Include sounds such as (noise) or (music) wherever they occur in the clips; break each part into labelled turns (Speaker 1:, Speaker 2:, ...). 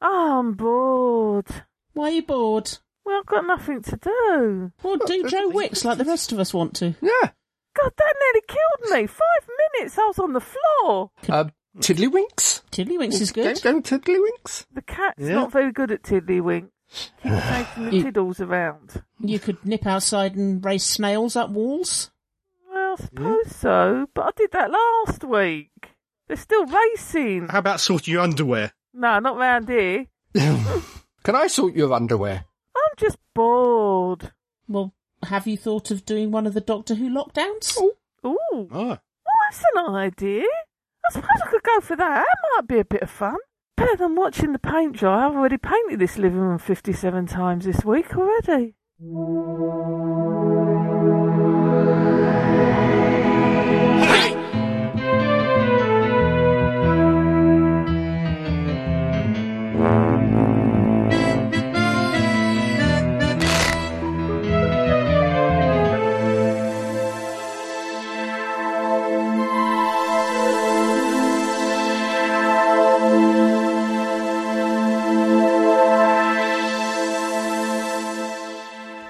Speaker 1: Oh, I'm bored.
Speaker 2: Why are you bored?
Speaker 1: Well, I've got nothing to do.
Speaker 2: Or do Joe Wicks like the rest of us want to.
Speaker 3: Yeah.
Speaker 1: God, that nearly killed me. Five minutes, I was on the floor.
Speaker 3: Uh, Tiddlywinks.
Speaker 2: Tiddlywinks is
Speaker 3: Go,
Speaker 2: good.
Speaker 3: go Tiddlywinks.
Speaker 1: The cat's
Speaker 3: Yeah.
Speaker 1: not very good at tiddlywink. Keeps taking the
Speaker 2: You-
Speaker 1: tiddles around.
Speaker 2: You could nip outside and race snails up walls.
Speaker 1: Well, I suppose so, but I did that last week. They're still racing.
Speaker 4: How about sorting your underwear?
Speaker 1: No, not round here.
Speaker 3: Can I sort your underwear?
Speaker 1: I'm just bored.
Speaker 2: Well, have you thought of doing one of the Doctor Who lockdowns?
Speaker 3: Oh.
Speaker 1: Ooh, oh,
Speaker 4: Ah.
Speaker 1: that's an idea. I suppose I could go for that. That might be a bit of fun. Better than watching the paint dry. I've already painted this living room 57 times this week already.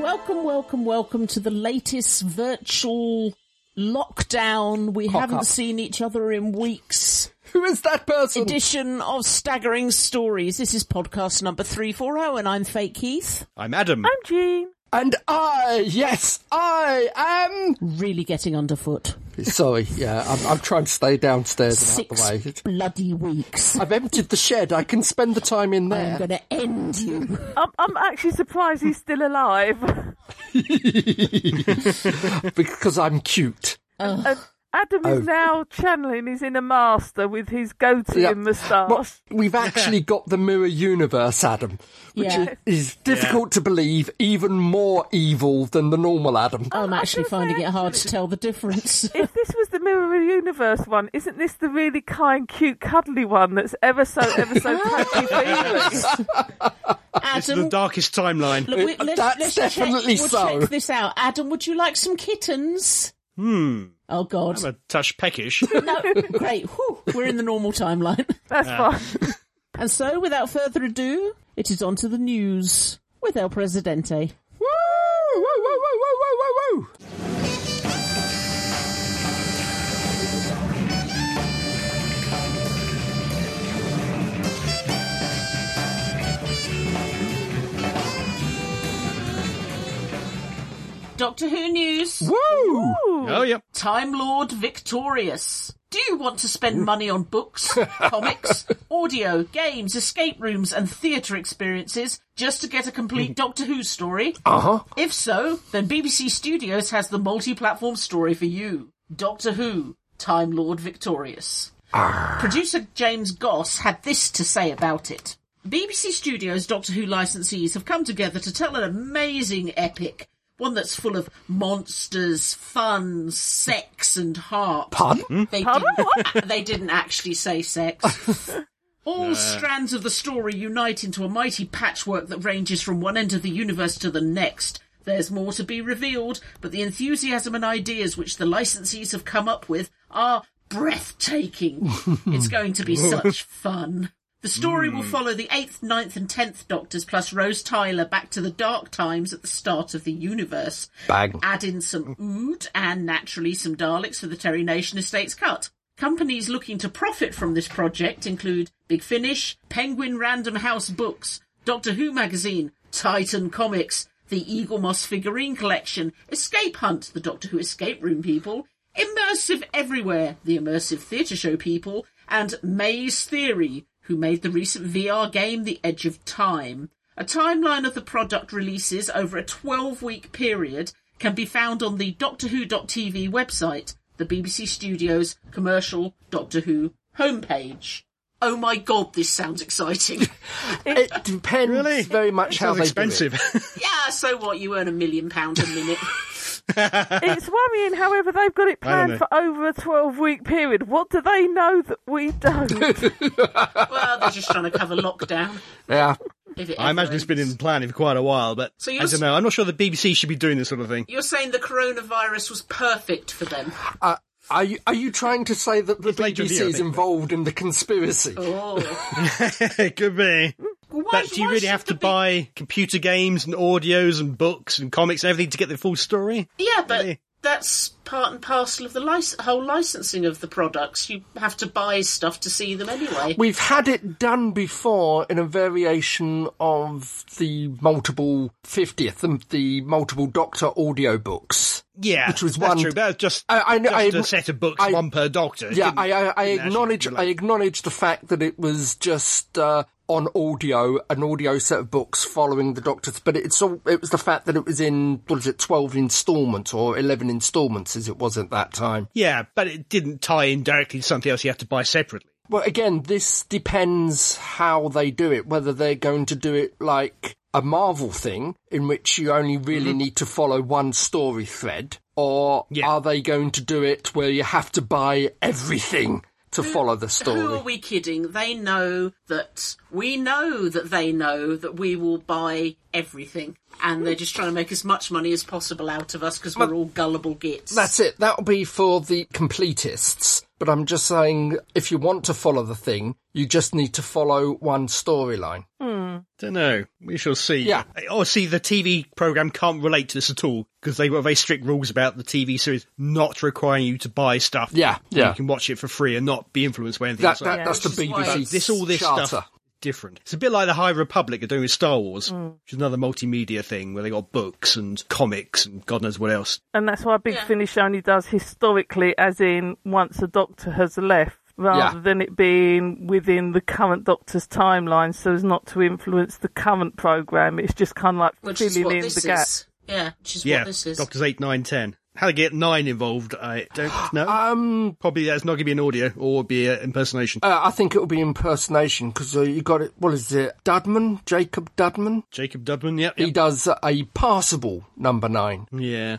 Speaker 2: Welcome, welcome, welcome to the latest virtual lockdown. We
Speaker 3: Cock
Speaker 2: haven't
Speaker 3: up. Oh.
Speaker 2: seen each other in weeks.
Speaker 3: (laughs) Who is that person?
Speaker 2: Edition of Staggering Stories. This is podcast number 340, and I'm Fake Keith.
Speaker 4: I'm Adam.
Speaker 1: I'm Jean.
Speaker 3: and I, yes, I am. (laughs)
Speaker 2: Really getting underfoot.
Speaker 3: Sorry, yeah, I'm, I'm trying to stay downstairs and out
Speaker 2: Six
Speaker 3: the way. Oh,
Speaker 2: bloody weeks.
Speaker 3: I've emptied the shed. I can spend the time in
Speaker 2: I'm
Speaker 3: there.
Speaker 2: going to end you.
Speaker 1: I'm, I'm actually surprised he's still alive.
Speaker 3: (laughs) because I'm cute.
Speaker 1: And Adam is now channeling his inner master with his goatee
Speaker 3: Yeah.
Speaker 1: and moustache.
Speaker 3: Well, we've actually got the mirror universe, Adam, which
Speaker 2: Yeah.
Speaker 3: i- is difficult to believe, even more evil than the normal Adam.
Speaker 2: I'm actually finding it hard to tell the difference.
Speaker 1: if this was the Mirror Universe one, isn't this the really kind, cute, cuddly one that's ever so, ever so touchy feely?
Speaker 4: This is the
Speaker 2: Adam,
Speaker 4: darkest timeline.
Speaker 2: look, we-
Speaker 3: Uh,
Speaker 2: let's,
Speaker 3: that's
Speaker 2: let's
Speaker 3: definitely
Speaker 2: check, we'll
Speaker 3: so.
Speaker 2: check this out. Adam, would you like some kittens?
Speaker 4: Hmm.
Speaker 2: Oh, God.
Speaker 4: I'm a touch peckish.
Speaker 2: (laughs) No, great. Whew, we're in the normal timeline.
Speaker 1: That's fine.
Speaker 2: And so, without further ado, it is on to the news with El Presidente.
Speaker 3: Woo! Woo! Woo! Woo! Woo! Woo! Woo!
Speaker 2: Doctor Who news.
Speaker 3: Woo!
Speaker 4: oh, yep.
Speaker 2: Time Lord victorious. Do you want to spend money on books, comics, audio, games, escape rooms, and theatre experiences just to get a complete Doctor Who story? Uh huh. If so, then BBC Studios has the multi platform story for you Doctor Who, Time Lord victorious. Producer James Goss had this to say about it. BBC Studios Doctor Who licensees have come together to tell an amazing epic, one that's full of monsters, fun, sex, and heart.
Speaker 3: Pardon?
Speaker 2: They,
Speaker 1: Pardon?
Speaker 2: Didn't, (laughs) they didn't actually say sex. All strands of the story unite into a mighty patchwork that ranges from one end of the universe to the next. There's more to be revealed, but the enthusiasm and ideas which the licensees have come up with are breathtaking. it's going to be such fun. The story will follow the 8th, 9th, and 10th Doctors plus Rose Tyler back to the dark times at the start of the universe
Speaker 3: Bang.
Speaker 2: add in some ood and naturally some Daleks for the Terry Nation Estates cut. Companies looking to profit from this project include Big Finish, Penguin Random House Books, Doctor Who Magazine, Titan Comics, the Eagle Moss Figurine Collection, Escape Hunt, the Doctor Who Escape Room people, Immersive Everywhere, the Immersive Theatre Show people, and Maze Theory, who made the recent VR game The Edge of Time. A timeline of the product releases over a 12 week period can be found on the Doctor Who.tv website, the BBC Studios commercial Doctor Who homepage. Oh my god, this sounds exciting.
Speaker 4: (laughs)
Speaker 3: It depends
Speaker 4: Really?
Speaker 3: very much how
Speaker 4: Sounds
Speaker 3: they do it.
Speaker 4: expensive.
Speaker 2: yeah, so what? You earn a million pounds a
Speaker 4: (laughs)
Speaker 2: minute.
Speaker 1: It's worrying, however, they've got it
Speaker 4: I
Speaker 1: planned
Speaker 4: don't
Speaker 1: for over a 12 week period. What do they know that we don't?
Speaker 4: (laughs)
Speaker 2: well, they're just trying to cover lockdown.
Speaker 3: Yeah.
Speaker 2: If it
Speaker 4: I imagine
Speaker 2: ever
Speaker 4: it's been in
Speaker 2: ends.
Speaker 4: the planning for quite a while, but
Speaker 2: So
Speaker 4: I
Speaker 2: you're s-
Speaker 4: don't know. I'm not sure the BBC should be doing this sort of thing.
Speaker 2: You're saying the coronavirus was perfect for
Speaker 4: (laughs)
Speaker 2: them.
Speaker 3: Uh, are you are you trying to say that the
Speaker 4: It's later in the
Speaker 3: BBC
Speaker 4: year, I
Speaker 3: is
Speaker 4: think.
Speaker 3: involved in the conspiracy?
Speaker 2: Oh.
Speaker 4: (laughs) it could be.
Speaker 5: why
Speaker 4: But do you
Speaker 5: why
Speaker 4: really
Speaker 5: should
Speaker 4: have to
Speaker 5: there be-
Speaker 4: buy computer games and audios and books and comics and everything to get the full story?
Speaker 5: Yeah, but
Speaker 4: Really?
Speaker 5: that's part and parcel of the lic- whole licensing of the products. You have to buy stuff to see them anyway.
Speaker 3: We've had it done before in a variation of the multiple 50th and the multiple Doctor audiobooks.
Speaker 4: Yeah,
Speaker 3: Which was
Speaker 4: that's
Speaker 3: one-
Speaker 4: true. That was just,
Speaker 3: I- I-
Speaker 4: just
Speaker 3: I-
Speaker 4: a set of books,
Speaker 3: I-
Speaker 4: one per doctor. It
Speaker 3: Yeah,
Speaker 4: didn't-
Speaker 3: I, I, I
Speaker 4: didn't actually
Speaker 3: acknowledge I
Speaker 4: relate.
Speaker 3: acknowledge the fact that it was just uh, on audio, an audio set of books following the Doctor's, but it's all it was the fact that it was in what is it, twelve instalments or eleven instalments, as it was at that time.
Speaker 4: yeah, but it didn't tie in directly to something else you have to buy separately.
Speaker 3: Well, again, this depends how they do it, whether they're going to do it like a Marvel thing, in which you only really need to follow one story thread, or
Speaker 4: Mm-hmm. Yeah.
Speaker 3: are they going to do it where you have to buy everything to follow the story?
Speaker 5: Who are we kidding? They know that we know that they know that we will buy everything, and they're just trying to make as much money as possible out of us because we're all gullible gits.
Speaker 3: That's it. That'll be for the completists. But I'm just saying, if you want to follow the thing, you just need to follow one storyline.
Speaker 4: Don't know. We shall see.
Speaker 3: Yeah.
Speaker 4: Obviously, the TV program can't relate to this at all because they've got very strict rules about the TV series not requiring you to buy stuff.
Speaker 3: Yeah, yeah.
Speaker 4: You can watch it for free and not be influenced by anything.
Speaker 3: That,
Speaker 4: else.
Speaker 3: that,
Speaker 1: Yeah,
Speaker 3: that's the
Speaker 5: which is why
Speaker 3: BBC
Speaker 5: it's-
Speaker 4: this all this
Speaker 3: charter.
Speaker 4: stuff different. It's a bit like the High Republic are doing with Star Wars,
Speaker 5: Mm.
Speaker 4: which is another multimedia thing where they got books and comics and God knows what else.
Speaker 1: And that's why Big
Speaker 5: Yeah.
Speaker 1: Finish only does historically, as in once a doctor has left, rather
Speaker 3: Yeah.
Speaker 1: than it being within the current doctor's timeline, so as not to influence the current program. It's just kind of like
Speaker 5: which is
Speaker 1: filling
Speaker 5: what
Speaker 1: in
Speaker 5: this
Speaker 1: the gap.
Speaker 5: is. Yeah, which is
Speaker 4: yeah,
Speaker 5: what this is.
Speaker 4: Doctors 8, 9, 10. How to get 9 involved, I
Speaker 3: (sighs)
Speaker 4: don't know. um, Probably that's not going to be an audio or be an impersonation.
Speaker 3: Uh, I think it'll be impersonation because uh, you got it. What is it? Dudman? Jacob Dudman?
Speaker 4: Jacob Dudman, yep.
Speaker 3: He
Speaker 4: yep.
Speaker 3: does a passable number nine.
Speaker 4: Yeah.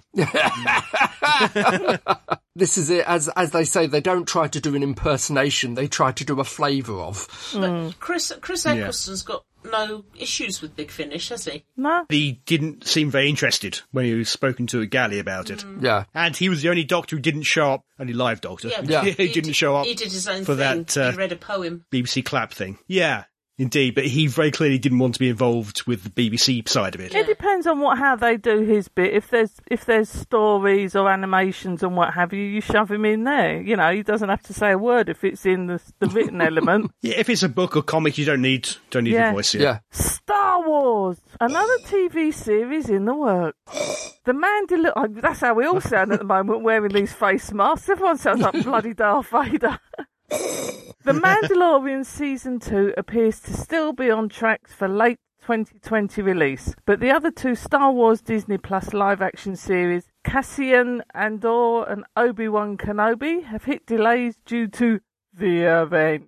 Speaker 3: This is it. As, as they say, they don't try to do an impersonation, they try to do a flavour of.
Speaker 4: Mm.
Speaker 5: But Chris Chris Eccleston's got no issues with Big Finish, has he?
Speaker 1: No,
Speaker 4: He didn't seem very interested when he was spoken to at Galley about it.
Speaker 5: Mm.
Speaker 3: Yeah.
Speaker 4: And he was the only doctor who didn't show up, only live doctor. (laughs)
Speaker 5: Yeah,
Speaker 3: Yeah.
Speaker 4: He, didn't
Speaker 5: did-
Speaker 4: show up
Speaker 5: He did his own
Speaker 4: for
Speaker 5: thing.
Speaker 4: that uh,
Speaker 5: he read a poem.
Speaker 4: BBC clap thing. Yeah, indeed. But he very clearly didn't want to be involved with the BBC side of it.
Speaker 1: it depends on what how they do his bit. If there's if there's stories or animations and what have you, you shove him in there. You know, he doesn't have to say a word if it's in the the
Speaker 4: (laughs)
Speaker 1: written element.
Speaker 4: Yeah, if it's a book or comic, you don't need don't need
Speaker 1: Yeah.
Speaker 4: a voice.
Speaker 3: Yeah.
Speaker 1: Star Wars, another TV series in the work. The Mandalorian. That's how we all sound at the moment, wearing these face masks. Everyone sounds like bloody Darth Vader. (laughs) the Mandalorian season two appears to still be on track for late 2020 release, but the other two Star Wars Disney Plus live action series, Cassian Andor and Obi Wan Kenobi, have hit delays due to the event.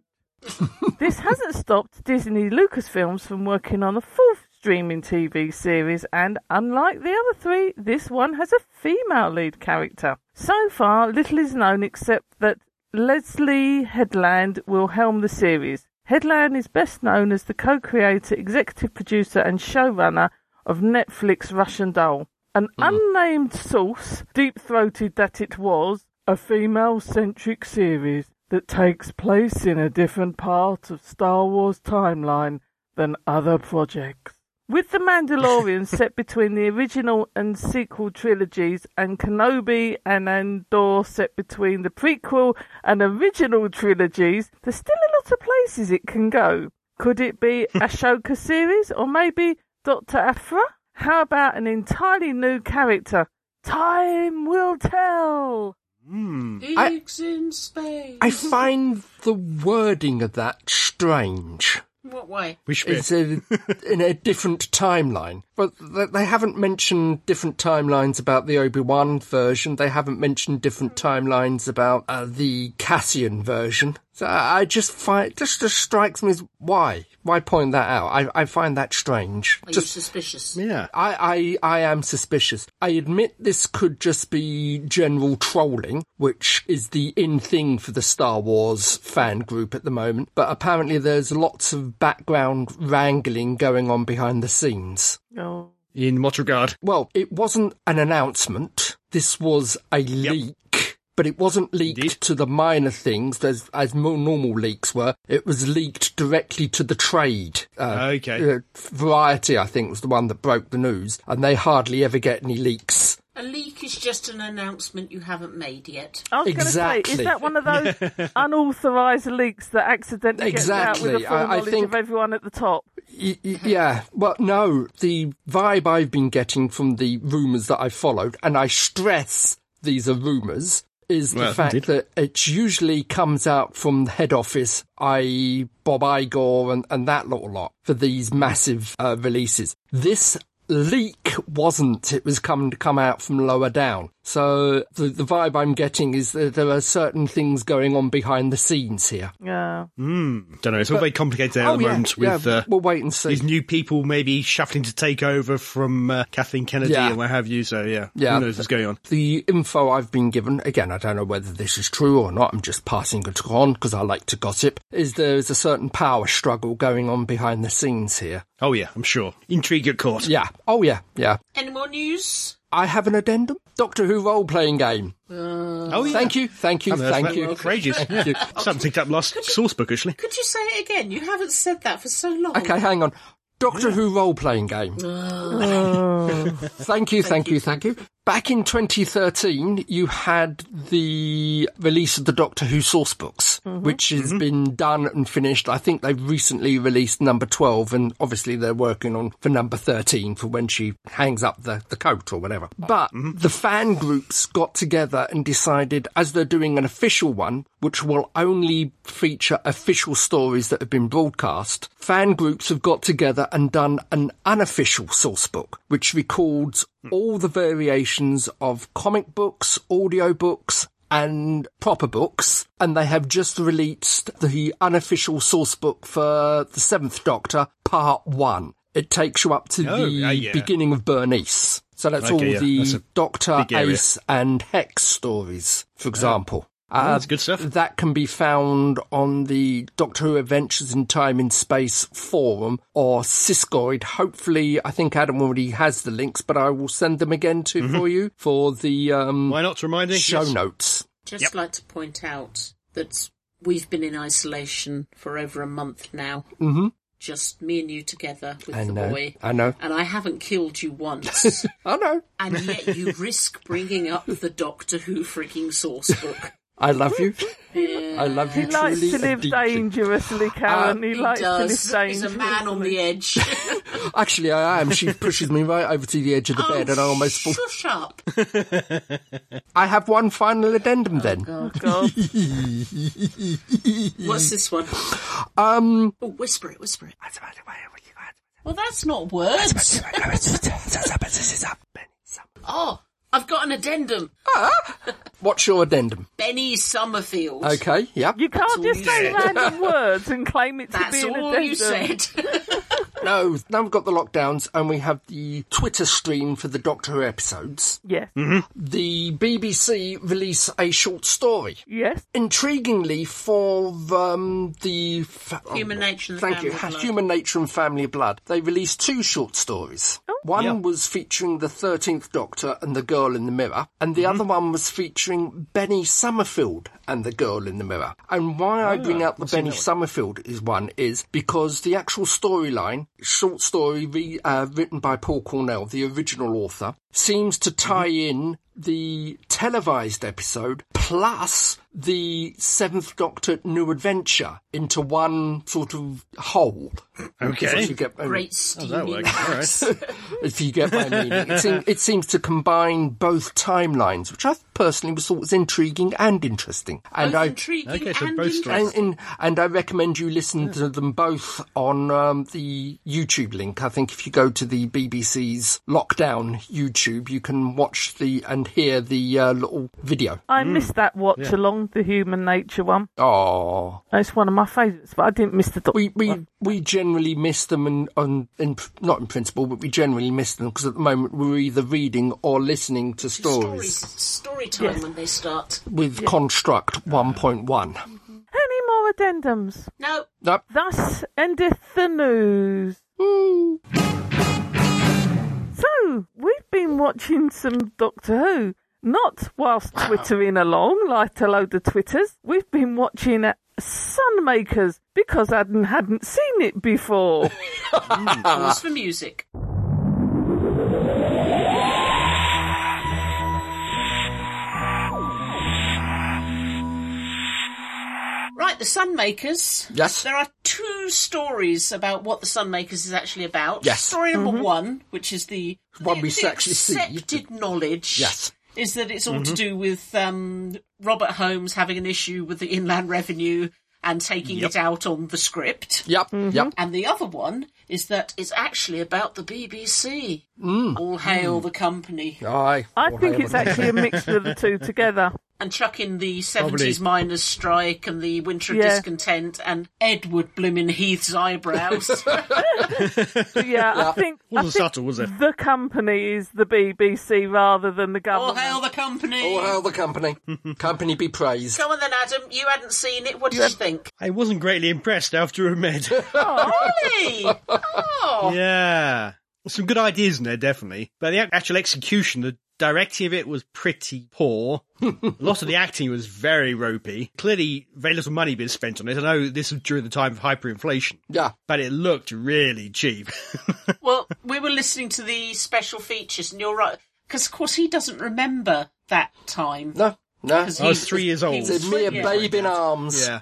Speaker 1: This hasn't stopped Disney Lucasfilms from working on a full streaming TV series, and unlike the other three, this one has a female lead character. So far, little is known except that Leslie Headland will helm the series. Headland is best known as the co creator, executive producer, and showrunner of Netflix Russian Doll. An unnamed source deep throated that it was a female centric series that takes place in a different part of Star Wars timeline than other projects. With The Mandalorian set between the original and sequel trilogies, and Kenobi and Andor set between the prequel and original trilogies, there's still a lot of places it can go. Could it be Ashoka series, or maybe Doctor Aphra? How about an entirely new character? Time will tell.
Speaker 5: Pigs in space.
Speaker 3: I find the wording of that strange.
Speaker 5: what way?
Speaker 4: Which bit?
Speaker 3: It's a, in a different timeline. But th- they haven't mentioned different timelines about the Obi Wan version. They haven't mentioned different timelines about uh, the Cassian version. So I I just find just just strikes me as why why point that out. I I find that strange.
Speaker 5: Are you
Speaker 3: Just.
Speaker 5: suspicious?
Speaker 4: yeah.
Speaker 3: I, I, I am suspicious. I admit this could just be general trolling, which is the in thing for the Star Wars fan group at the moment, but apparently there's lots of background wrangling going on behind the scenes.
Speaker 1: Oh.
Speaker 4: In what regard?
Speaker 3: Well, it wasn't an announcement. This was a leak. but it wasn't leaked
Speaker 4: Indeed.
Speaker 3: to the minor things as as more normal leaks were. It was leaked directly to the trade. Uh,
Speaker 4: Okay.
Speaker 3: uh, Variety, I think, was the one that broke the news, and they hardly ever get any leaks.
Speaker 5: A leak is just an announcement you haven't made yet.
Speaker 1: I was going to say,
Speaker 3: Exactly. (laughs)
Speaker 1: is that one of those unauthorized leaks that accidentally
Speaker 3: Exactly.
Speaker 1: gets out with the full
Speaker 3: I- I
Speaker 1: knowledge
Speaker 3: think-
Speaker 1: of everyone at the top?
Speaker 3: Y- y- yeah, well, no, the vibe I've been getting from the rumours that I followed, and I stress these are rumours, is the
Speaker 4: Well,
Speaker 3: fact
Speaker 4: indeed.
Speaker 3: that it usually comes out from the head office, i.e., Bob Igor and, and that little lot, for these massive uh, releases. This leak wasn't. It was come to come out from lower down. So the, the vibe I'm getting is that there are certain things going on behind the scenes here.
Speaker 1: Yeah.
Speaker 4: Don't know. It's all very complicated at the moment with
Speaker 3: Oh, yeah,
Speaker 4: uh,
Speaker 3: we'll wait and see.
Speaker 4: these new people maybe shuffling to take over from uh, Kathleen Kennedy
Speaker 3: Yeah.
Speaker 4: and what have you. So yeah,
Speaker 3: Yeah.
Speaker 4: who knows what's going on?
Speaker 3: The info I've been given, again, I don't know whether this is true or not, I'm just passing it on because I like to gossip, is there is a certain power struggle going on behind the scenes here.
Speaker 4: Oh yeah, I'm sure. Intrigue at court.
Speaker 3: Yeah. Oh, yeah. Yeah.
Speaker 5: Any more news?
Speaker 3: I have an addendum. Doctor Who role playing game.
Speaker 4: Oh yeah.
Speaker 3: Thank you. Thank you.
Speaker 4: Haven't heard
Speaker 3: Thank
Speaker 4: from
Speaker 3: you.
Speaker 4: that for ages.
Speaker 3: Thank you.
Speaker 4: Something picked up last source book actually.
Speaker 5: Could you say it again? You haven't said that for so
Speaker 2: Oh.
Speaker 5: long.
Speaker 3: Okay, hang on. Doctor Who role playing game. (laughs) thank you, thank you, thank you. Back in 2013, you had the release of the Doctor Who source books, which has been done and finished. I think they've recently released number 12, and obviously they're working on for number 13 for when she hangs up the, the coat or whatever. But the fan groups got together and decided, as they're doing an official one, which will only feature official stories that have been broadcast, fan groups have got together and done an unofficial source book, which records
Speaker 4: Hmm.
Speaker 3: all the variations of comic books, audio books, and proper books, and they have just released the unofficial source book for the Seventh Doctor, Part One. It takes you up to
Speaker 4: Oh,
Speaker 3: the
Speaker 4: ah, yeah.
Speaker 3: beginning of Bernice. So that's
Speaker 4: Okay,
Speaker 3: all
Speaker 4: yeah,
Speaker 3: the
Speaker 4: that's a
Speaker 3: Doctor,
Speaker 4: big area.
Speaker 3: Ace, and Hex stories, for example.
Speaker 4: Oh, that's good stuff.
Speaker 3: That can be found on the Doctor Who Adventures in Time in Space forum or Siskoid. Hopefully, I think Adam already has the links, but I will send them again to for you for the um,
Speaker 4: Why not? Reminding
Speaker 3: show
Speaker 4: Yes.
Speaker 3: notes.
Speaker 5: Just like to point out that we've been in isolation for over a month now. Mm-hmm. Just me and you together with
Speaker 3: I
Speaker 5: the
Speaker 3: know.
Speaker 5: boy.
Speaker 3: I know.
Speaker 5: And I haven't killed you
Speaker 3: (laughs)
Speaker 5: once.
Speaker 3: I know.
Speaker 5: and yet you risk bringing up the Doctor Who freaking source book.
Speaker 3: I love you. I love you
Speaker 1: He likes
Speaker 3: truly
Speaker 1: to live
Speaker 3: and deeply. (laughs)
Speaker 1: dangerously, Karen. (laughs) he likes
Speaker 5: does.
Speaker 1: to live
Speaker 5: He's
Speaker 1: dangerously.
Speaker 5: a man on the edge.
Speaker 3: Actually, I am. She pushes me right over to the edge of the bed, and I almost fall.
Speaker 5: shush up.
Speaker 3: I have one final addendum then.
Speaker 1: Oh,
Speaker 5: (laughs)
Speaker 1: God.
Speaker 5: What's this one? Um. Oh, whisper it, whisper it. Well, that's not words. Oh, I've got an addendum.
Speaker 3: What's your addendum?
Speaker 5: Benny Summerfield.
Speaker 3: Okay, yeah.
Speaker 1: You can't just
Speaker 5: you
Speaker 1: say
Speaker 5: said.
Speaker 1: random words and claim it to
Speaker 5: That's
Speaker 1: be an
Speaker 5: all
Speaker 1: addendum.
Speaker 5: you
Speaker 4: (laughs)
Speaker 5: said.
Speaker 3: No, now we've got the lockdowns and we have the Twitter stream for the Doctor Who episodes.
Speaker 1: Yes.
Speaker 3: Mm-hmm. The BBC release a short story.
Speaker 1: Yes.
Speaker 3: Intriguingly, for um, the f-
Speaker 5: Human Nature and the
Speaker 3: Thank you.
Speaker 5: Family Blood.
Speaker 3: Human Nature and Family Blood. They released two short stories.
Speaker 5: Oh.
Speaker 3: One
Speaker 4: Yeah.
Speaker 3: was featuring the 13th Doctor and the Girl in the Mirror, and the other one was featuring Benny Summerfield and the Girl in the Mirror. And why I bring out the Benny Summerfield is one is because the actual storyline, short story re, uh, written by Paul Cornell, the original author, seems to tie in the televised episode plus the Seventh Doctor New Adventure into one sort of whole. If you
Speaker 4: Okay.
Speaker 3: get my-
Speaker 5: Great
Speaker 4: How's that
Speaker 5: steaming.
Speaker 4: work? All right.
Speaker 3: if you get my meaning. It, seem, it seems to combine both timelines, which I personally was thought was intriguing and interesting. And
Speaker 5: Both
Speaker 3: I
Speaker 5: intriguing
Speaker 4: Okay, so
Speaker 5: and
Speaker 4: both
Speaker 5: interesting.
Speaker 3: and, and, and I recommend you listen to them both on um, the YouTube link. I think if you go to the BBC's lockdown YouTube, you can watch the and hear the uh, little video.
Speaker 1: I missed that watch along, the human nature one.
Speaker 3: Hmm. Oh.
Speaker 1: It's one of my favourites, but I didn't miss the doc-
Speaker 3: We we we generally miss them, and on in not in principle, but we generally miss them because at the moment we're either reading or listening to
Speaker 5: Stories.
Speaker 3: stories
Speaker 5: Story time when they start.
Speaker 3: with construct one point one.
Speaker 1: Any more addendums?
Speaker 5: No,
Speaker 3: Nope.
Speaker 1: Thus endeth the news. So, we've been watching some Doctor Who, Not whilst twittering along like a load of twitters. We've been watching uh, Sunmakers because I hadn't, hadn't seen it
Speaker 3: (laughs)
Speaker 1: before.
Speaker 2: Pause for music. Right, the Sunmakers.
Speaker 3: Yes.
Speaker 2: There are two stories about what the Sunmakers is actually about.
Speaker 3: Yes. Mm-hmm.
Speaker 2: Story number one, which is the
Speaker 3: One
Speaker 2: the-
Speaker 3: we
Speaker 2: the
Speaker 3: actually see.
Speaker 2: accepted knowledge.
Speaker 3: Yes. Mm-hmm.
Speaker 2: Is that it's all to do with um, Robert Holmes having an issue with the Inland Revenue and taking it out on the script.
Speaker 3: Yep,
Speaker 1: Mm-hmm.
Speaker 3: yep.
Speaker 2: And the other one is that it's actually about the BBC.
Speaker 4: Hmm.
Speaker 2: All hail the company.
Speaker 3: Aye.
Speaker 1: I
Speaker 3: All
Speaker 1: think
Speaker 3: hail
Speaker 1: it's
Speaker 3: the-
Speaker 1: actually a mixture of the two together.
Speaker 2: And chuck in the 70s
Speaker 4: Probably.
Speaker 2: miners' strike and the winter of
Speaker 1: Yeah.
Speaker 2: discontent and Edward Bloomin' Heath's
Speaker 4: (laughs)
Speaker 2: eyebrows.
Speaker 1: But yeah, I think, I
Speaker 4: Wasn't
Speaker 1: think
Speaker 4: subtle, was it?
Speaker 1: the company is the BBC rather than the
Speaker 2: All
Speaker 1: government.
Speaker 2: hail the company.
Speaker 3: All hail the company.
Speaker 4: (laughs)
Speaker 3: company be praised.
Speaker 2: Go on then, Adam. You hadn't seen it. What did you think?
Speaker 4: I wasn't greatly impressed after a med.
Speaker 2: Really? oh.
Speaker 4: (laughs) yeah. Some good ideas in there, definitely. But the ac- actual execution, the directing of it was pretty poor. a lot of the acting was very ropey. Clearly, very little money being spent on it. I know this was during the time of hyperinflation,
Speaker 3: Yeah.
Speaker 4: but it looked really cheap. (laughs)
Speaker 2: Well, we were listening to the special features, and you're right. Because, of course, he doesn't remember that time.
Speaker 3: No, no.
Speaker 2: 'Cause
Speaker 4: I was
Speaker 2: he-
Speaker 4: three years
Speaker 2: he
Speaker 4: old.
Speaker 2: was
Speaker 3: It's a mere
Speaker 2: three years old.
Speaker 3: babe in arms.
Speaker 4: yeah.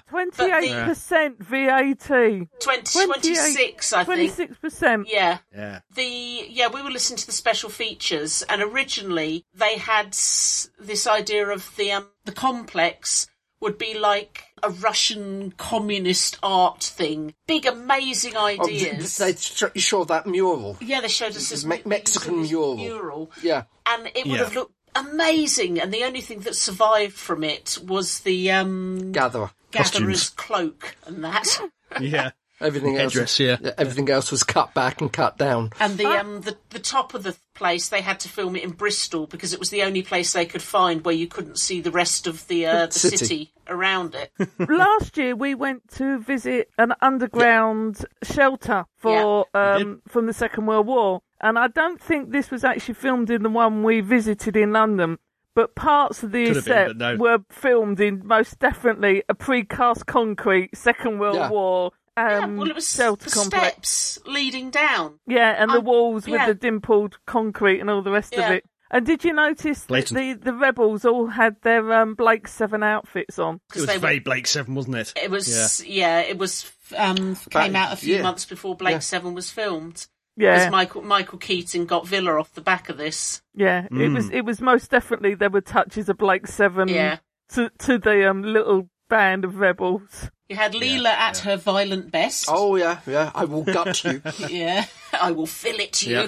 Speaker 1: 28% VAT.
Speaker 2: 20, 26, I think.
Speaker 1: 26%.
Speaker 2: Yeah.
Speaker 4: Yeah.
Speaker 2: The yeah, we were listening to the special features, and originally they had s- this idea of the um, the complex would be like a Russian communist art thing, big amazing
Speaker 3: Oh, th-
Speaker 2: ideas.
Speaker 3: they sh- showed that mural.
Speaker 2: yeah, they showed us this
Speaker 3: Me- Mexican
Speaker 2: this
Speaker 3: mural.
Speaker 2: mural,
Speaker 3: Yeah.
Speaker 2: and it would
Speaker 4: Yeah.
Speaker 2: have looked amazing. And the only thing that survived from it was the um,
Speaker 3: Gatherer.
Speaker 2: gatherer's cloak and
Speaker 3: (laughs)
Speaker 2: that.
Speaker 4: Yeah.
Speaker 3: Everything else,
Speaker 4: Headdress, yeah.
Speaker 3: everything else was cut back and
Speaker 1: (laughs)
Speaker 3: cut down.
Speaker 2: And the um the, the top of the place they had to film it in Bristol because it was the only place they could find where you couldn't see the rest of the uh, the city.
Speaker 3: City.
Speaker 2: around it.
Speaker 1: Last year we went to visit an underground shelter for um, from the Second World War, and I don't think this was actually filmed in the one we visited in London. But parts of the
Speaker 4: Could have been,
Speaker 1: set
Speaker 4: but no.
Speaker 1: were filmed in most definitely a precast concrete Second World
Speaker 3: Yeah.
Speaker 1: War um,
Speaker 2: yeah, well, it was
Speaker 1: shelter
Speaker 2: the
Speaker 1: complex.
Speaker 2: steps leading down.
Speaker 1: Yeah, and the
Speaker 2: Um,
Speaker 1: walls
Speaker 2: yeah.
Speaker 1: with the dimpled concrete and all the rest
Speaker 2: Yeah.
Speaker 1: of it. And did you notice that the
Speaker 4: Blatant.
Speaker 1: the rebels all had their um, Blake Seven outfits on?
Speaker 4: It was
Speaker 2: they were-
Speaker 4: very Blake 7, wasn't it?
Speaker 2: It was yeah, it was um came out a few
Speaker 3: yeah.
Speaker 2: months before Blake
Speaker 3: Yeah.
Speaker 2: Seven was filmed.
Speaker 1: Yeah,
Speaker 2: As Michael Michael Keaton got Villa off the back of this.
Speaker 1: Yeah, it
Speaker 4: Hmm.
Speaker 1: was. It was most definitely there were touches of Blake Seven
Speaker 2: Yeah.
Speaker 1: to to the um, little band of rebels.
Speaker 2: You had Leela at her violent best.
Speaker 3: Oh yeah, yeah. I will gut
Speaker 4: (laughs)
Speaker 3: you.
Speaker 2: Yeah. (laughs) I will fillet you.
Speaker 4: Yeah.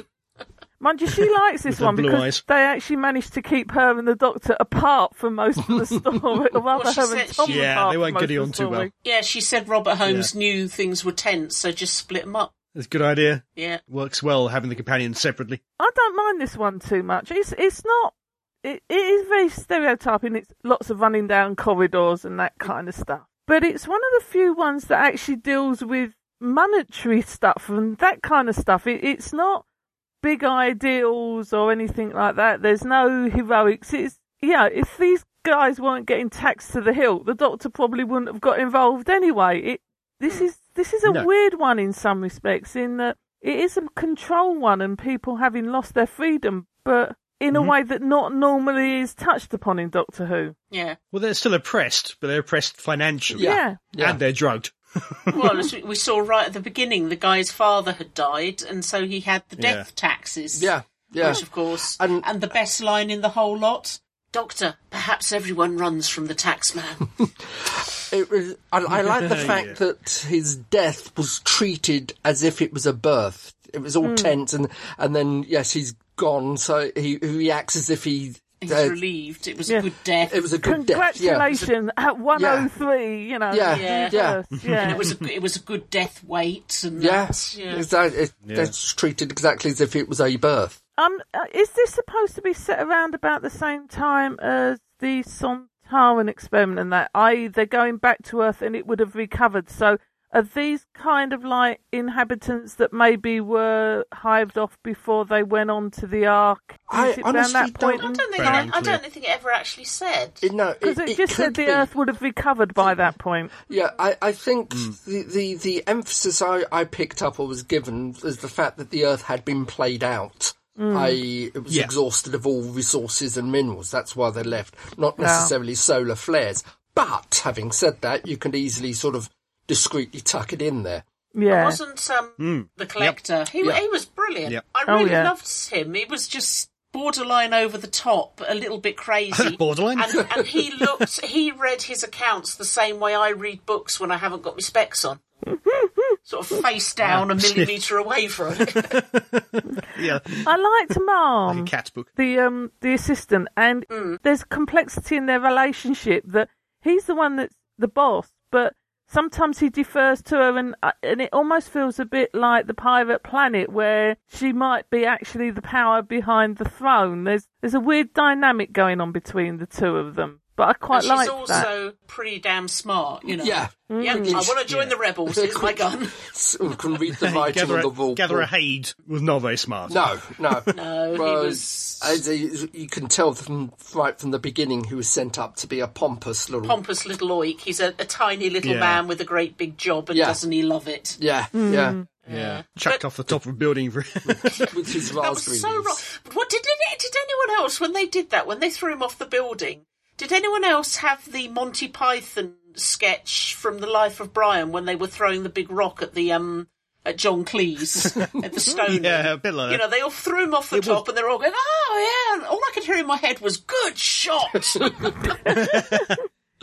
Speaker 1: Mind you,
Speaker 4: (laughs)
Speaker 1: she likes this
Speaker 4: the
Speaker 1: one
Speaker 4: blue
Speaker 1: because
Speaker 4: eyes.
Speaker 1: they actually managed to keep her and the Doctor apart from most of
Speaker 4: (laughs)
Speaker 1: the story, or rather,
Speaker 2: Well, she
Speaker 1: her and
Speaker 2: said
Speaker 1: Tom.
Speaker 2: she-
Speaker 4: Yeah,
Speaker 1: apart
Speaker 4: they
Speaker 1: from
Speaker 4: weren't
Speaker 1: most
Speaker 4: getting
Speaker 1: of
Speaker 4: on
Speaker 1: the
Speaker 4: too well.
Speaker 1: story.
Speaker 2: Yeah, she said Robert Holmes knew things were tense, so just split them up.
Speaker 4: It's a good idea.
Speaker 2: Yeah.
Speaker 4: Works well having the companions separately.
Speaker 1: I don't mind this one too much. It's it's not. It, it is very stereotyping. It's lots of running down corridors and that kind of stuff. But it's one of the few ones that actually deals with monetary stuff and that kind of stuff. It, it's not big ideals or anything like that. There's no heroics. It's yeah. If these guys weren't getting taxed to the hilt, the Doctor probably wouldn't have got involved anyway. It this
Speaker 3: Mm.
Speaker 1: is this is a
Speaker 4: No.
Speaker 1: weird one in some respects in that it is a control one and people having lost their freedom but in
Speaker 3: Mm-hmm.
Speaker 1: a way that not normally is touched upon in doctor who
Speaker 2: Yeah.
Speaker 4: Well, they're still oppressed, but they're oppressed financially.
Speaker 3: Yeah.
Speaker 1: yeah
Speaker 3: Yeah.
Speaker 4: And they're drugged.
Speaker 2: Well, as we- we saw right at the beginning, the guy's father had died, and so he had the death taxes.
Speaker 3: Yeah, yeah.
Speaker 2: Which, of course, and,
Speaker 3: And-
Speaker 2: the best line in the whole lot Doctor, perhaps everyone runs from the tax
Speaker 3: (laughs)
Speaker 2: man.
Speaker 3: It was. I, I
Speaker 1: (laughs)
Speaker 3: like the fact that his death was treated as if it was a birth. It was
Speaker 1: Hmm.
Speaker 3: all tense, and and then yes, he's gone. So he, he reacts as if he.
Speaker 2: He's
Speaker 3: uh,
Speaker 2: relieved. It was
Speaker 1: yeah.
Speaker 2: a good death.
Speaker 3: it was a good death. Yeah.
Speaker 1: congratulations at 103 you know
Speaker 3: Yeah,
Speaker 2: Yeah.
Speaker 1: yes,
Speaker 3: (laughs)
Speaker 1: yeah.
Speaker 2: It was a, it was a good death weight. And
Speaker 3: Yeah,
Speaker 2: that, yeah.
Speaker 3: exactly. It, That's treated exactly as if it was a birth.
Speaker 1: um uh, is this supposed to be set around about the same time as the Sontaran experiment and that i.e. they're going back to earth and it would have recovered so Are these kind of like inhabitants that maybe were hived off before they went on to the Ark?
Speaker 3: I
Speaker 1: Is it
Speaker 3: honestly
Speaker 1: down that
Speaker 3: don't-
Speaker 1: point?
Speaker 2: I don't think
Speaker 4: Very
Speaker 2: I, I
Speaker 4: unclear.
Speaker 2: don't think it ever actually said.
Speaker 3: It- no,
Speaker 1: Because it, just
Speaker 3: could
Speaker 1: said the
Speaker 3: be.
Speaker 1: Earth would have recovered by that point.
Speaker 3: Yeah, I, I think
Speaker 2: Hmm.
Speaker 3: the, the, the emphasis I, I picked up or was given is the fact that the Earth had been played out. I.e., it was
Speaker 4: Yeah.
Speaker 3: exhausted of all resources and minerals. That's why they left. Not necessarily solar flares. But having said that, you can easily sort of discreetly tuck it in there.
Speaker 1: Yeah.
Speaker 2: Wasn't um, the collector? He
Speaker 3: Hmm. Yeah.
Speaker 2: he was brilliant.
Speaker 4: Yep.
Speaker 2: I
Speaker 1: Oh,
Speaker 2: really
Speaker 1: yeah.
Speaker 2: loved him. He was just borderline over the top, a little bit
Speaker 3: (laughs)
Speaker 2: crazy.
Speaker 4: Borderline?
Speaker 2: And, and he looked. He read his accounts the same way I read books when I haven't got my
Speaker 1: (laughs)
Speaker 2: specs on. Sort of face down a millimetre away
Speaker 3: (laughs)
Speaker 2: from it.
Speaker 4: Yeah,
Speaker 3: Mm-hmm.
Speaker 1: I liked
Speaker 4: a
Speaker 1: Mom,
Speaker 4: cat's book.
Speaker 1: the um the assistant, and
Speaker 2: Mm.
Speaker 1: there's complexity in their relationship that he's the one that's the boss, but sometimes he defers to her, and uh, and it almost feels a bit like the Pirate Planet, where she might be actually the power behind the throne. There's there's a weird dynamic going on between the two of them, but I
Speaker 2: And
Speaker 1: quite
Speaker 2: she's
Speaker 1: like that. Mm.
Speaker 2: also pretty damn smart, you know. (laughs)
Speaker 3: Yeah.
Speaker 2: Yeah, I want to join the rebels. Here's
Speaker 3: (laughs)
Speaker 2: my gun.
Speaker 3: So you
Speaker 2: (laughs)
Speaker 3: can read the writing
Speaker 4: Gatherer,
Speaker 3: on the wall.
Speaker 4: Gatherer Haid was not very smart.
Speaker 3: No, no.
Speaker 2: (laughs) No, he
Speaker 3: Well,
Speaker 2: was-
Speaker 3: as a- you can tell from right from the beginning who was sent up to be a pompous little.
Speaker 2: Pompous little oik. He's a, a tiny little
Speaker 4: Yeah.
Speaker 2: man with a great big job, and
Speaker 3: Yeah.
Speaker 2: doesn't he love it?
Speaker 3: yeah, yeah.
Speaker 4: Yeah. Chucked off the top of a
Speaker 3: (laughs)
Speaker 4: building. For... (laughs)
Speaker 3: With his
Speaker 2: That was
Speaker 3: raspberry
Speaker 2: so
Speaker 3: leaves.
Speaker 2: wrong. But what did, did did anyone else when they did that when they threw him off the building? Did anyone else have the Monty Python sketch from the Life of Brian when they were throwing the big rock at the um at John
Speaker 4: (laughs)
Speaker 2: Cleese at the stone?
Speaker 4: yeah, a bit like
Speaker 2: You know,
Speaker 4: that.
Speaker 2: they all threw him off the
Speaker 4: It was-
Speaker 2: top, and they're all going, "Oh yeah!" And all I could hear in my head was "Good
Speaker 4: (laughs)
Speaker 2: shot."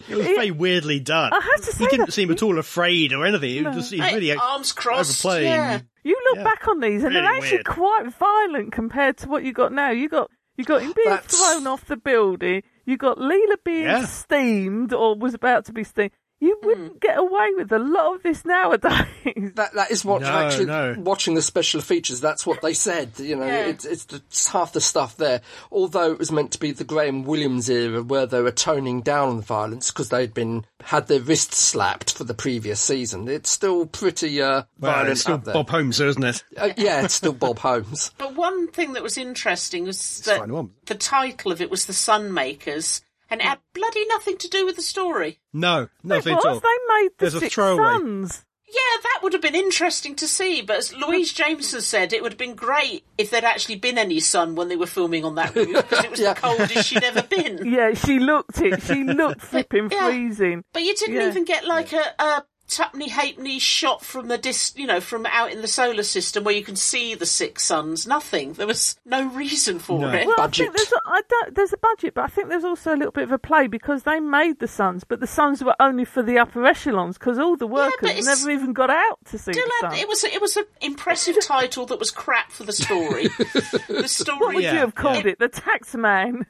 Speaker 4: It was very weirdly done.
Speaker 1: I have to say
Speaker 4: he didn't
Speaker 1: that-
Speaker 4: seem at all afraid or anything. He was just he was really uh,
Speaker 2: Like, arms crossed.
Speaker 4: overplaying.
Speaker 2: Yeah.
Speaker 1: You look
Speaker 4: Yeah.
Speaker 1: back on these, and they're
Speaker 4: Really
Speaker 1: actually
Speaker 4: weird.
Speaker 1: quite violent compared to what you got now. You got you got him being
Speaker 3: That's-
Speaker 1: thrown off the building. You got Leela being
Speaker 4: Yeah.
Speaker 1: steamed or was about to be steamed. You
Speaker 2: Hmm.
Speaker 1: wouldn't get away with a lot of this nowadays. (laughs)
Speaker 3: That that is what
Speaker 4: No,
Speaker 3: actually
Speaker 4: no.
Speaker 3: watching the special features. That's what they said. You know, it's it's, the, it's half the stuff there. Although it was meant to be the Graham Williams era where they were toning down the violence because they'd been had their wrists slapped for the previous season. It's still pretty uh,
Speaker 4: Well,
Speaker 3: violent
Speaker 4: it's still
Speaker 3: up there.
Speaker 4: Bob Holmes, though, isn't it?
Speaker 3: Uh, yeah, it's still Bob Holmes. (laughs)
Speaker 2: But one thing that was interesting was that
Speaker 4: fine, one. Mm.
Speaker 2: the title of it was The Sunmakers, and it had bloody nothing to do with the story.
Speaker 4: No, nothing
Speaker 1: it
Speaker 4: at
Speaker 1: was.
Speaker 4: all.
Speaker 1: They made the
Speaker 4: There's a
Speaker 1: Six
Speaker 4: throwaway.
Speaker 1: Sons.
Speaker 2: Yeah, that would have been interesting to see, but as Louise Jameson said, it would have been great if there'd actually been any sun when they were filming on that route, because it was
Speaker 3: Yeah.
Speaker 2: the coldest she'd ever
Speaker 1: (laughs)
Speaker 2: been.
Speaker 1: Yeah, she looked it.
Speaker 4: (laughs)
Speaker 1: She looked flipping
Speaker 2: Yeah.
Speaker 1: freezing.
Speaker 2: But you didn't
Speaker 1: Yeah.
Speaker 2: even get like a, a tuppenny halfpenny shot from the dis, you know, from out in the solar system where you can see the six suns. Nothing. There was no reason for
Speaker 4: No.
Speaker 2: it.
Speaker 1: Well, I
Speaker 3: Budget.
Speaker 1: think there's a, I don't, there's a budget, but I think there's also a little bit of a play because they made the Suns, but the Suns were only for the upper echelons because all the workers
Speaker 2: it's-
Speaker 1: never even got out to see
Speaker 2: Still
Speaker 1: the
Speaker 2: had-
Speaker 1: Suns.
Speaker 2: it was a, it was an impressive title that was crap for the story. the
Speaker 1: What
Speaker 2: story,
Speaker 1: would
Speaker 4: Yeah.
Speaker 1: you have called it? The tax man.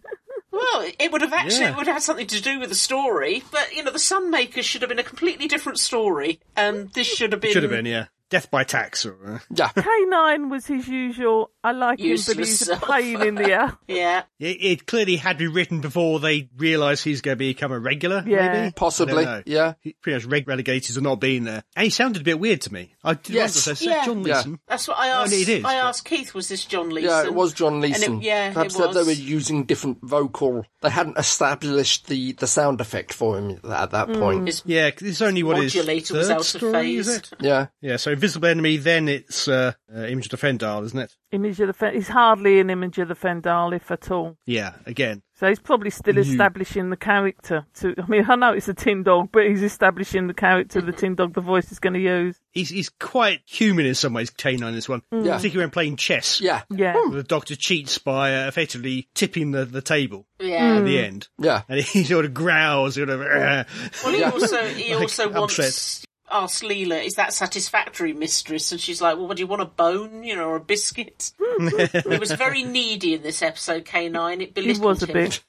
Speaker 2: well, it would have actually
Speaker 4: Yeah.
Speaker 2: it would have had something to do with the story, but you know, the Sunmaker should have been a completely different story, and this should have been
Speaker 4: Should have been, yeah. Death by tax. Or, uh,
Speaker 3: Yeah,
Speaker 1: K9 was his usual. I like him, but
Speaker 2: Useless
Speaker 1: he's a
Speaker 2: self.
Speaker 1: pain in the
Speaker 2: (laughs)
Speaker 1: ass.
Speaker 2: yeah.
Speaker 4: it, it clearly had to be written before they realised he's going to become a regular.
Speaker 1: Yeah.
Speaker 4: maybe?
Speaker 3: Possibly,
Speaker 4: I don't know.
Speaker 3: yeah.
Speaker 4: He pretty much reg- relegated to not being there, and he sounded a bit weird to me. I did
Speaker 3: Yes.
Speaker 4: wonder, so
Speaker 2: Yeah.
Speaker 4: John
Speaker 3: Yeah.
Speaker 4: Leeson.
Speaker 2: That's what I
Speaker 4: No,
Speaker 2: asked.
Speaker 4: it is,
Speaker 2: I
Speaker 4: but-
Speaker 2: asked Keith, was this John Leeson?
Speaker 3: yeah, it was John
Speaker 2: it-
Speaker 3: Leeson.
Speaker 2: yeah, it
Speaker 3: perhaps that they
Speaker 2: was.
Speaker 3: were using different vocal. They hadn't established the the sound effect for him at that, at that point.
Speaker 2: It's
Speaker 4: Yeah, 'cause it's only what his
Speaker 2: Modulator was
Speaker 4: third
Speaker 2: out of
Speaker 4: story, is
Speaker 2: phase.
Speaker 4: it?
Speaker 3: Yeah.
Speaker 4: Yeah, so Invisible Enemy, then it's uh, uh, Image of the Fendal, isn't it?
Speaker 1: Image of the Fen- he's hardly an image of the Fendal, if at all.
Speaker 4: Yeah, again.
Speaker 1: So he's probably still establishing the character. To I mean, I know it's a tin dog, but he's establishing the character the tin dog the voice is going to use.
Speaker 4: He's, he's quite human in some ways, Kane on this one,
Speaker 2: Hmm.
Speaker 3: Yeah.
Speaker 4: particularly when playing chess.
Speaker 3: Yeah.
Speaker 1: Yeah.
Speaker 4: The doctor cheats by uh, effectively tipping the, the table
Speaker 2: yeah.
Speaker 4: at the end.
Speaker 3: Yeah.
Speaker 4: And he (laughs) sort of growls, sort of. "Ugh."
Speaker 2: Well, he
Speaker 3: Yeah.
Speaker 2: also he
Speaker 4: (laughs) Like,
Speaker 2: also wants
Speaker 4: upset.
Speaker 2: asked Leela, "Is that satisfactory, mistress?" And she's like, "Well, what do you want? A bone, you know, or a
Speaker 4: (laughs)
Speaker 2: biscuit?" he was very needy in this episode, K nine. It
Speaker 1: He
Speaker 2: belittled
Speaker 1: was a
Speaker 2: him.
Speaker 1: bit.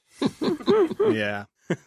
Speaker 4: yeah.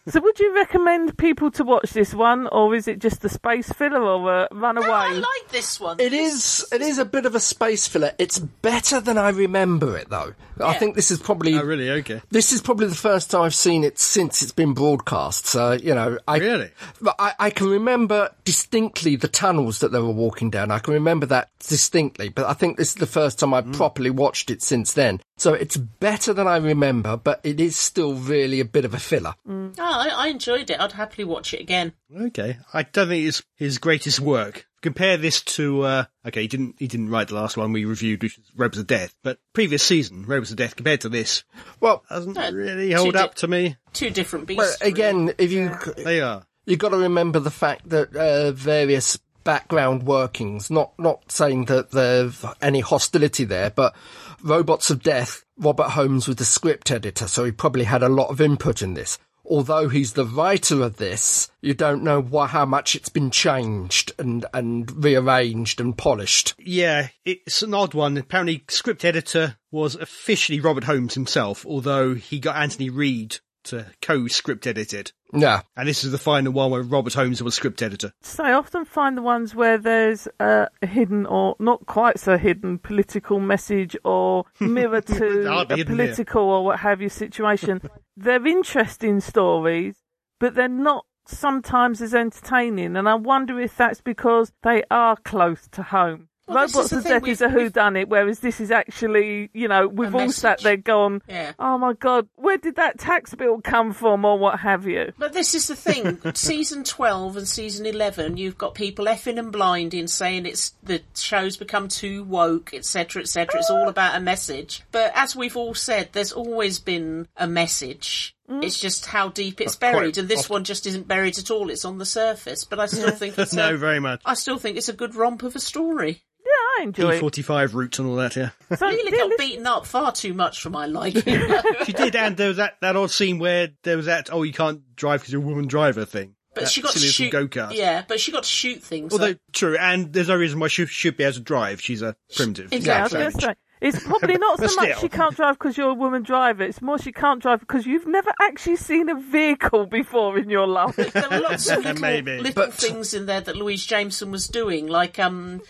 Speaker 1: So, would you recommend people to watch this one, or is it just a space filler or a runaway?
Speaker 2: No, Oh, I like this one.
Speaker 3: It is. It is a bit of a space filler. It's better than I remember it, though. I think this is probably.
Speaker 4: Oh, really? Okay.
Speaker 3: This is probably the first time I've seen it since it's been broadcast. So you know, I
Speaker 4: Really?
Speaker 3: but I, I can remember distinctly the tunnels that they were walking down. I can remember that distinctly. But I think this is the first time I properly watched it since then. So it's better than I remember, but it is still really a bit of a filler.
Speaker 2: Oh, I, I enjoyed it. I'd happily watch it again.
Speaker 4: Okay. I don't think it's his greatest work. Compare this to uh okay, he didn't he didn't write the last one we reviewed, which is Robots of Death, but previous season, Robots of Death compared to this
Speaker 3: Well,
Speaker 4: doesn't
Speaker 2: No,
Speaker 4: really
Speaker 2: she
Speaker 4: hold
Speaker 2: did-
Speaker 4: up to me.
Speaker 2: Two different beasts.
Speaker 3: well, uh, again, if you
Speaker 4: They are.
Speaker 3: you got to remember the fact that uh, various background workings not not saying that there's any hostility there but robots of death robert holmes was the script editor so he probably had a lot of input in this although he's the writer of this you don't know why, how much it's been changed and and rearranged and polished
Speaker 4: Yeah, it's an odd one. Apparently script editor was officially Robert Holmes himself, although he got Anthony Reed to co script edit it.
Speaker 3: yeah
Speaker 4: And this is the final one where Robert Holmes was script editor.
Speaker 1: So I often find the ones where there's a hidden or not quite so hidden political message
Speaker 2: (laughs)
Speaker 1: or mirror to
Speaker 4: That'd be
Speaker 1: a
Speaker 4: hidden, yeah.
Speaker 1: political or what have you
Speaker 2: (laughs)
Speaker 1: situation. they're interesting stories, but they're not sometimes as entertaining. And I wonder if that's because they are close to home.
Speaker 2: Well, this
Speaker 1: Robots
Speaker 2: is the
Speaker 1: of
Speaker 2: thing,
Speaker 1: Death
Speaker 2: we've-
Speaker 1: is a
Speaker 2: we've-
Speaker 1: whodunit, whereas this is actually, you know, we've all sat
Speaker 2: message.
Speaker 1: there gone,
Speaker 2: Yeah.
Speaker 1: oh my God, where did that tax bill come from or what have you?
Speaker 2: But this is the thing: season twelve and season eleven, you've got people effing and blinding, saying it's the show's become too woke, etc., etc. It's all about a message. But as we've all said, there's always been a message. It's just how deep it's
Speaker 4: quite
Speaker 2: buried, and this
Speaker 4: often-
Speaker 2: one just isn't buried at all. It's on the surface. But I
Speaker 4: (laughs)
Speaker 2: still think it's
Speaker 4: no,
Speaker 2: a,
Speaker 4: very much.
Speaker 2: I still think it's a good romp of a story.
Speaker 1: Yeah, I enjoy
Speaker 4: P
Speaker 2: E
Speaker 1: it.
Speaker 4: forty five route and all that, yeah.
Speaker 1: So,
Speaker 2: Leela
Speaker 1: yeah,
Speaker 2: got beaten up far too much for my liking.
Speaker 4: She did, and there was that, that odd scene where there was that, oh, you can't drive because you're a woman driver thing.
Speaker 2: But
Speaker 4: That
Speaker 2: she got to
Speaker 4: silly little
Speaker 2: shoot.
Speaker 4: go-kart.
Speaker 2: Yeah, but she got to shoot things.
Speaker 4: Although,
Speaker 2: like-
Speaker 4: true, and there's no reason why she should be able to drive. She's a primitive.
Speaker 1: Yeah, I was
Speaker 2: Exactly.
Speaker 1: going to say. It's probably
Speaker 4: (laughs)
Speaker 1: not
Speaker 4: But
Speaker 1: so much
Speaker 4: still.
Speaker 1: she can't drive because you're a woman driver. It's more she can't drive because you've never actually seen a vehicle (laughs) before in your life.
Speaker 4: (laughs)
Speaker 2: there were lots of little,
Speaker 4: Maybe.
Speaker 2: little
Speaker 3: But-
Speaker 2: things in there that Louise Jameson was doing, like um,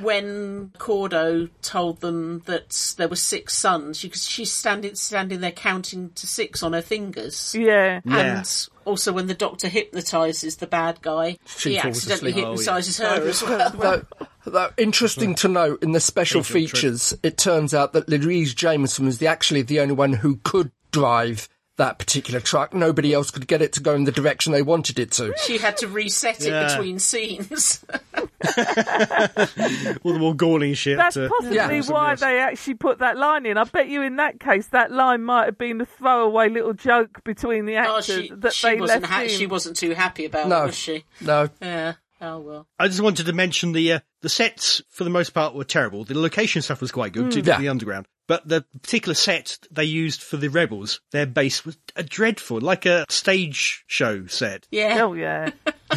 Speaker 2: when Cordo told them that there were six sons, because she's standing standing there counting to six on her fingers,
Speaker 1: yeah.
Speaker 4: Yeah.
Speaker 2: and also when the doctor hypnotizes the bad guy,
Speaker 3: She
Speaker 2: he
Speaker 3: falls
Speaker 2: accidentally
Speaker 3: asleep.
Speaker 2: hypnotizes her as well.
Speaker 3: though, though, interesting to note in the special features, it turns out that Louise Jameson was the, actually the only one who could drive that particular truck. Nobody else could get it to go in the direction they wanted it to.
Speaker 2: She had to reset it
Speaker 4: Yeah.
Speaker 2: between scenes. Ah,
Speaker 4: All the more galling shit.
Speaker 1: That's
Speaker 4: uh,
Speaker 1: possibly
Speaker 3: Yeah.
Speaker 1: why they actually put that line in. I bet you in that case, that line might have been a throwaway little joke between the
Speaker 2: oh,
Speaker 1: actors
Speaker 2: she,
Speaker 1: that
Speaker 2: she
Speaker 1: they
Speaker 2: wasn't
Speaker 1: left
Speaker 2: ha-
Speaker 1: in.
Speaker 2: she wasn't too happy about
Speaker 3: No.
Speaker 2: it, was she?
Speaker 3: No,
Speaker 2: Yeah. Oh well.
Speaker 4: I just wanted to mention the uh, the sets for the most part were terrible. The location stuff was quite good,
Speaker 2: Mm.
Speaker 4: particularly
Speaker 3: Yeah.
Speaker 4: the underground. But the particular set they used for the rebels, their base was uh, dreadful, like a stage show set.
Speaker 2: Yeah.
Speaker 1: Oh, yeah.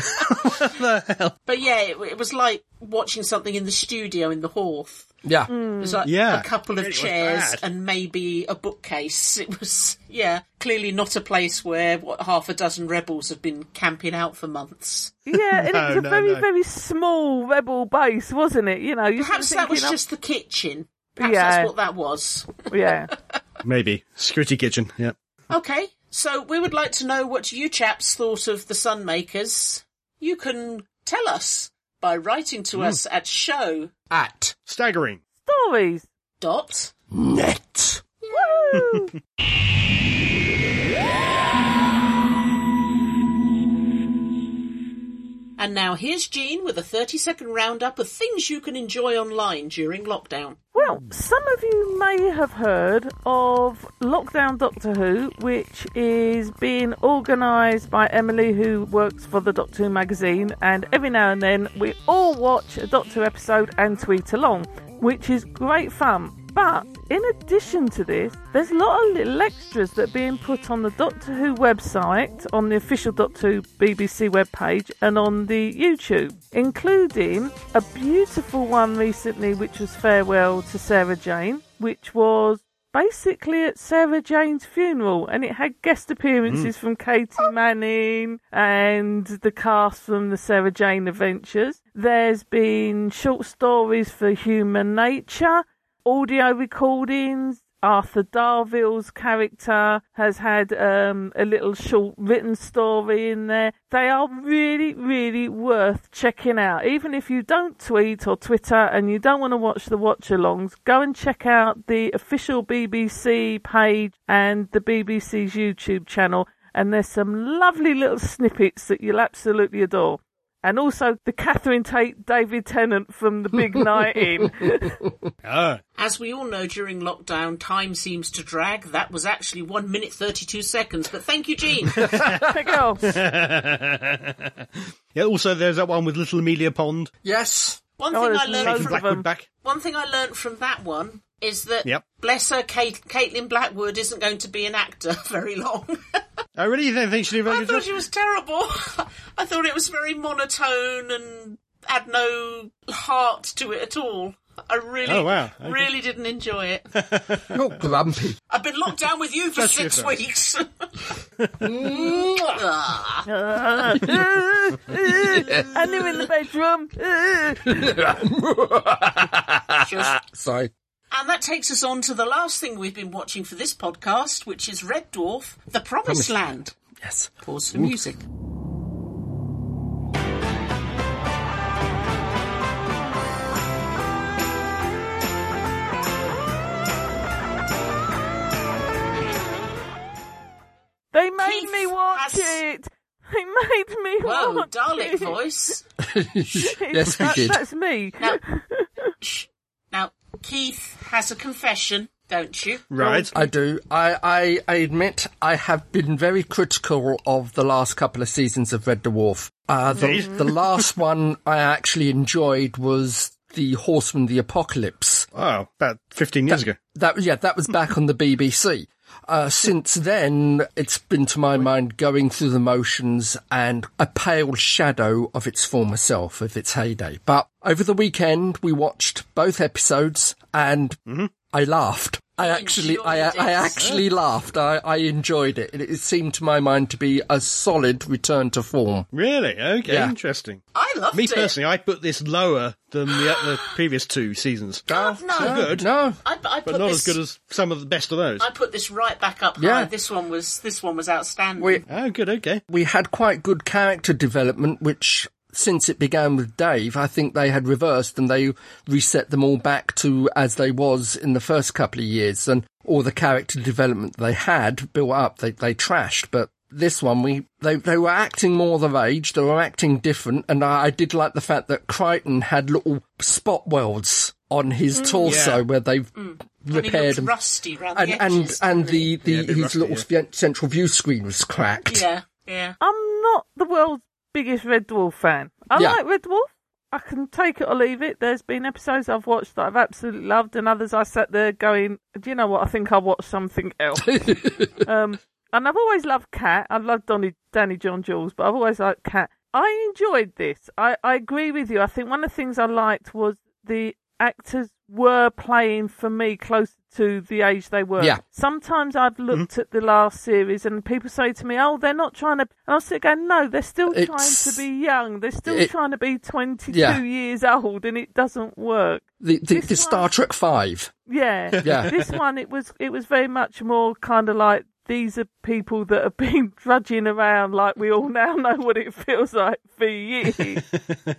Speaker 2: But yeah, it, it was like watching something in the studio in the Horth.
Speaker 3: yeah.
Speaker 2: It was like
Speaker 4: Yeah.
Speaker 2: a couple
Speaker 4: It
Speaker 2: of
Speaker 4: was
Speaker 2: chairs
Speaker 4: bad.
Speaker 2: and maybe a bookcase. (laughs) It was, yeah, clearly not a place where what, half a dozen rebels have been camping out for months.
Speaker 1: Yeah, and it was a
Speaker 4: (laughs) no,
Speaker 1: very,
Speaker 4: no.
Speaker 1: very small rebel base, wasn't it? You know, you're
Speaker 2: Perhaps that was
Speaker 1: thinking, oh,
Speaker 2: just the kitchen. Perhaps
Speaker 1: Yeah.
Speaker 2: that's what that was.
Speaker 1: Yeah.
Speaker 2: (laughs)
Speaker 4: Maybe security kitchen. Yeah.
Speaker 2: Okay, so we would like to know what you chaps thought of the Sunmakers. You can tell us by writing to us at show
Speaker 3: At
Speaker 4: Staggering.
Speaker 1: Stories.
Speaker 2: dot
Speaker 3: net.
Speaker 1: Woo!
Speaker 2: And now here's Jean with a 30 second roundup of things you can enjoy online during lockdown.
Speaker 1: Well, some of you may have heard of Lockdown Doctor Who, which is being organised by Emily, who works for the Doctor Who magazine. And every now and then, we all watch a Doctor Who episode and tweet along, which is great fun. But in addition to this, there's a lot of little extras that are being put on the Doctor Who website, on the official Doctor Who BBC webpage, and on the YouTube, including a beautiful one recently, which was Farewell to Sarah Jane, which was basically at Sarah Jane's funeral, and it had guest appearances from Katie Manning and the cast from the Sarah Jane Adventures. There's been short stories for Human Nature, audio recordings. Arthur Darville's character has had um, a little short written story in there. They are really, really worth checking out. Even if you don't tweet or Twitter and you don't want to watch the watch alongs, go and check out the official BBC page and the BBC's YouTube channel. And there's some lovely little snippets that you'll absolutely adore. And also the Catherine Tate David Tennant from The Big Night In.
Speaker 4: Ah,
Speaker 2: As we all know, during lockdown, time seems to drag. That was actually one minute thirty-two seconds. But thank you,
Speaker 4: (laughs)
Speaker 2: Gene.
Speaker 1: Check it out.
Speaker 4: yeah. Also, there's that one with Little Amelia Pond.
Speaker 3: Yes.
Speaker 2: One
Speaker 1: Oh,
Speaker 2: thing I
Speaker 1: there's
Speaker 2: learned
Speaker 1: loads
Speaker 2: from
Speaker 1: of them.
Speaker 4: Blackwood back.
Speaker 2: one thing I learned from that one is that
Speaker 4: Yep.
Speaker 2: bless her, Kate, Caitlin Blackwood isn't going to be an actor (laughs) very long.
Speaker 4: I Oh, really don't think she did a very
Speaker 2: I
Speaker 4: good
Speaker 2: thought
Speaker 4: job.
Speaker 2: she was terrible. (laughs) I thought it was very monotone and had no heart to it at all. I really,
Speaker 4: Oh, wow. Okay.
Speaker 2: really didn't enjoy it.
Speaker 3: You're grumpy.
Speaker 2: I've been locked down with you for
Speaker 4: Just
Speaker 2: six
Speaker 4: yourself.
Speaker 2: weeks. (laughs) Ah.
Speaker 1: and they're in the bedroom. (laughs)
Speaker 3: Sorry.
Speaker 2: and that takes us on to the last thing we've been watching for this podcast, which is Red Dwarf, The Promised Land.
Speaker 3: Yes.
Speaker 2: Pause for music.
Speaker 1: they made
Speaker 2: Keith
Speaker 1: me watch
Speaker 2: has-
Speaker 1: it. They made me
Speaker 2: Whoa,
Speaker 1: watch
Speaker 2: Dalek
Speaker 1: it. (laughs)
Speaker 2: voice.
Speaker 3: yes, we
Speaker 1: That-
Speaker 3: did.
Speaker 1: That's me.
Speaker 2: Now, shh. now, Keith has a confession, don't you?
Speaker 4: Right.
Speaker 3: I do. I, I, I admit I have been very critical of the last couple of seasons of Red Dwarf. Uh, the,
Speaker 4: Indeed.
Speaker 3: the last one I actually enjoyed was The Horseman of the Apocalypse.
Speaker 4: Oh, about 15 years ago.
Speaker 3: That yeah, that was back on the BBC. Uh, since then, it's been to my mind going through the motions and a pale shadow of its former self, of its heyday. But over the weekend, we watched both episodes, and I laughed. I actually, I,
Speaker 2: enjoyed
Speaker 3: I
Speaker 2: it.
Speaker 3: actually laughed. I, I enjoyed it. it. It seemed to my mind to be a solid return to form.
Speaker 4: Really? Okay,
Speaker 3: Yeah.
Speaker 4: interesting.
Speaker 2: I loved
Speaker 4: Me
Speaker 2: it.
Speaker 4: personally, I put this lower than the, the previous two seasons.
Speaker 2: God, no.
Speaker 4: Still good,
Speaker 3: No,
Speaker 2: I, I
Speaker 4: but
Speaker 2: put
Speaker 4: not
Speaker 2: this,
Speaker 4: as good as some of the best of those.
Speaker 2: I put this right back up
Speaker 3: Yeah.
Speaker 2: high. This one was this one was outstanding.
Speaker 3: we
Speaker 4: Oh, good. Okay.
Speaker 3: we had quite good character development, which since it began with Dave, I think they had reversed and they reset them all back to as they was in the first couple of years and all the character development they had built up, they, they trashed, but this one we they they were acting more their age, they were acting different, and I, I did like the fact that Crichton had little spot welds on his torso
Speaker 4: Yeah.
Speaker 3: where they've
Speaker 2: Mm. and he looked
Speaker 3: repaired them.
Speaker 2: rusty round
Speaker 3: and
Speaker 2: the
Speaker 3: and
Speaker 2: edges.
Speaker 3: and
Speaker 2: didn't he?
Speaker 3: the, the
Speaker 4: Yeah, a bit
Speaker 3: his
Speaker 4: rusty,
Speaker 3: little
Speaker 4: yeah.
Speaker 3: f- central view screen was cracked.
Speaker 2: yeah yeah.
Speaker 1: I'm not the world's biggest Red Dwarf fan. I
Speaker 3: Yeah.
Speaker 1: like Red Dwarf. I can take it or leave it. There's been episodes I've watched that I've absolutely loved, and others I sat there going, "Do you know what? I think I'll watch something else." um, and I've always loved Cat. I loved Donny, Danny John Jules, but I've always liked Cat. I enjoyed this. I, I agree with you. I think one of the things I liked was the actors were playing for me closer to the age they were.
Speaker 3: Yeah. Mm-hmm.
Speaker 1: Sometimes I've looked at the last series and people say to me, "Oh, they're not trying to," and I'll sit going, "No, they're still trying to
Speaker 3: It's-
Speaker 1: be young. They're still
Speaker 3: it-
Speaker 1: trying to be twenty-two
Speaker 3: Yeah.
Speaker 1: years old, and it doesn't work."
Speaker 3: the, the,
Speaker 1: This
Speaker 3: the Star
Speaker 1: one-
Speaker 3: Trek Five.
Speaker 1: Yeah.
Speaker 3: Yeah.
Speaker 1: this one it was it was very much more kind of like these are people that have (laughs) been drudging around like we all now know what it feels like for years.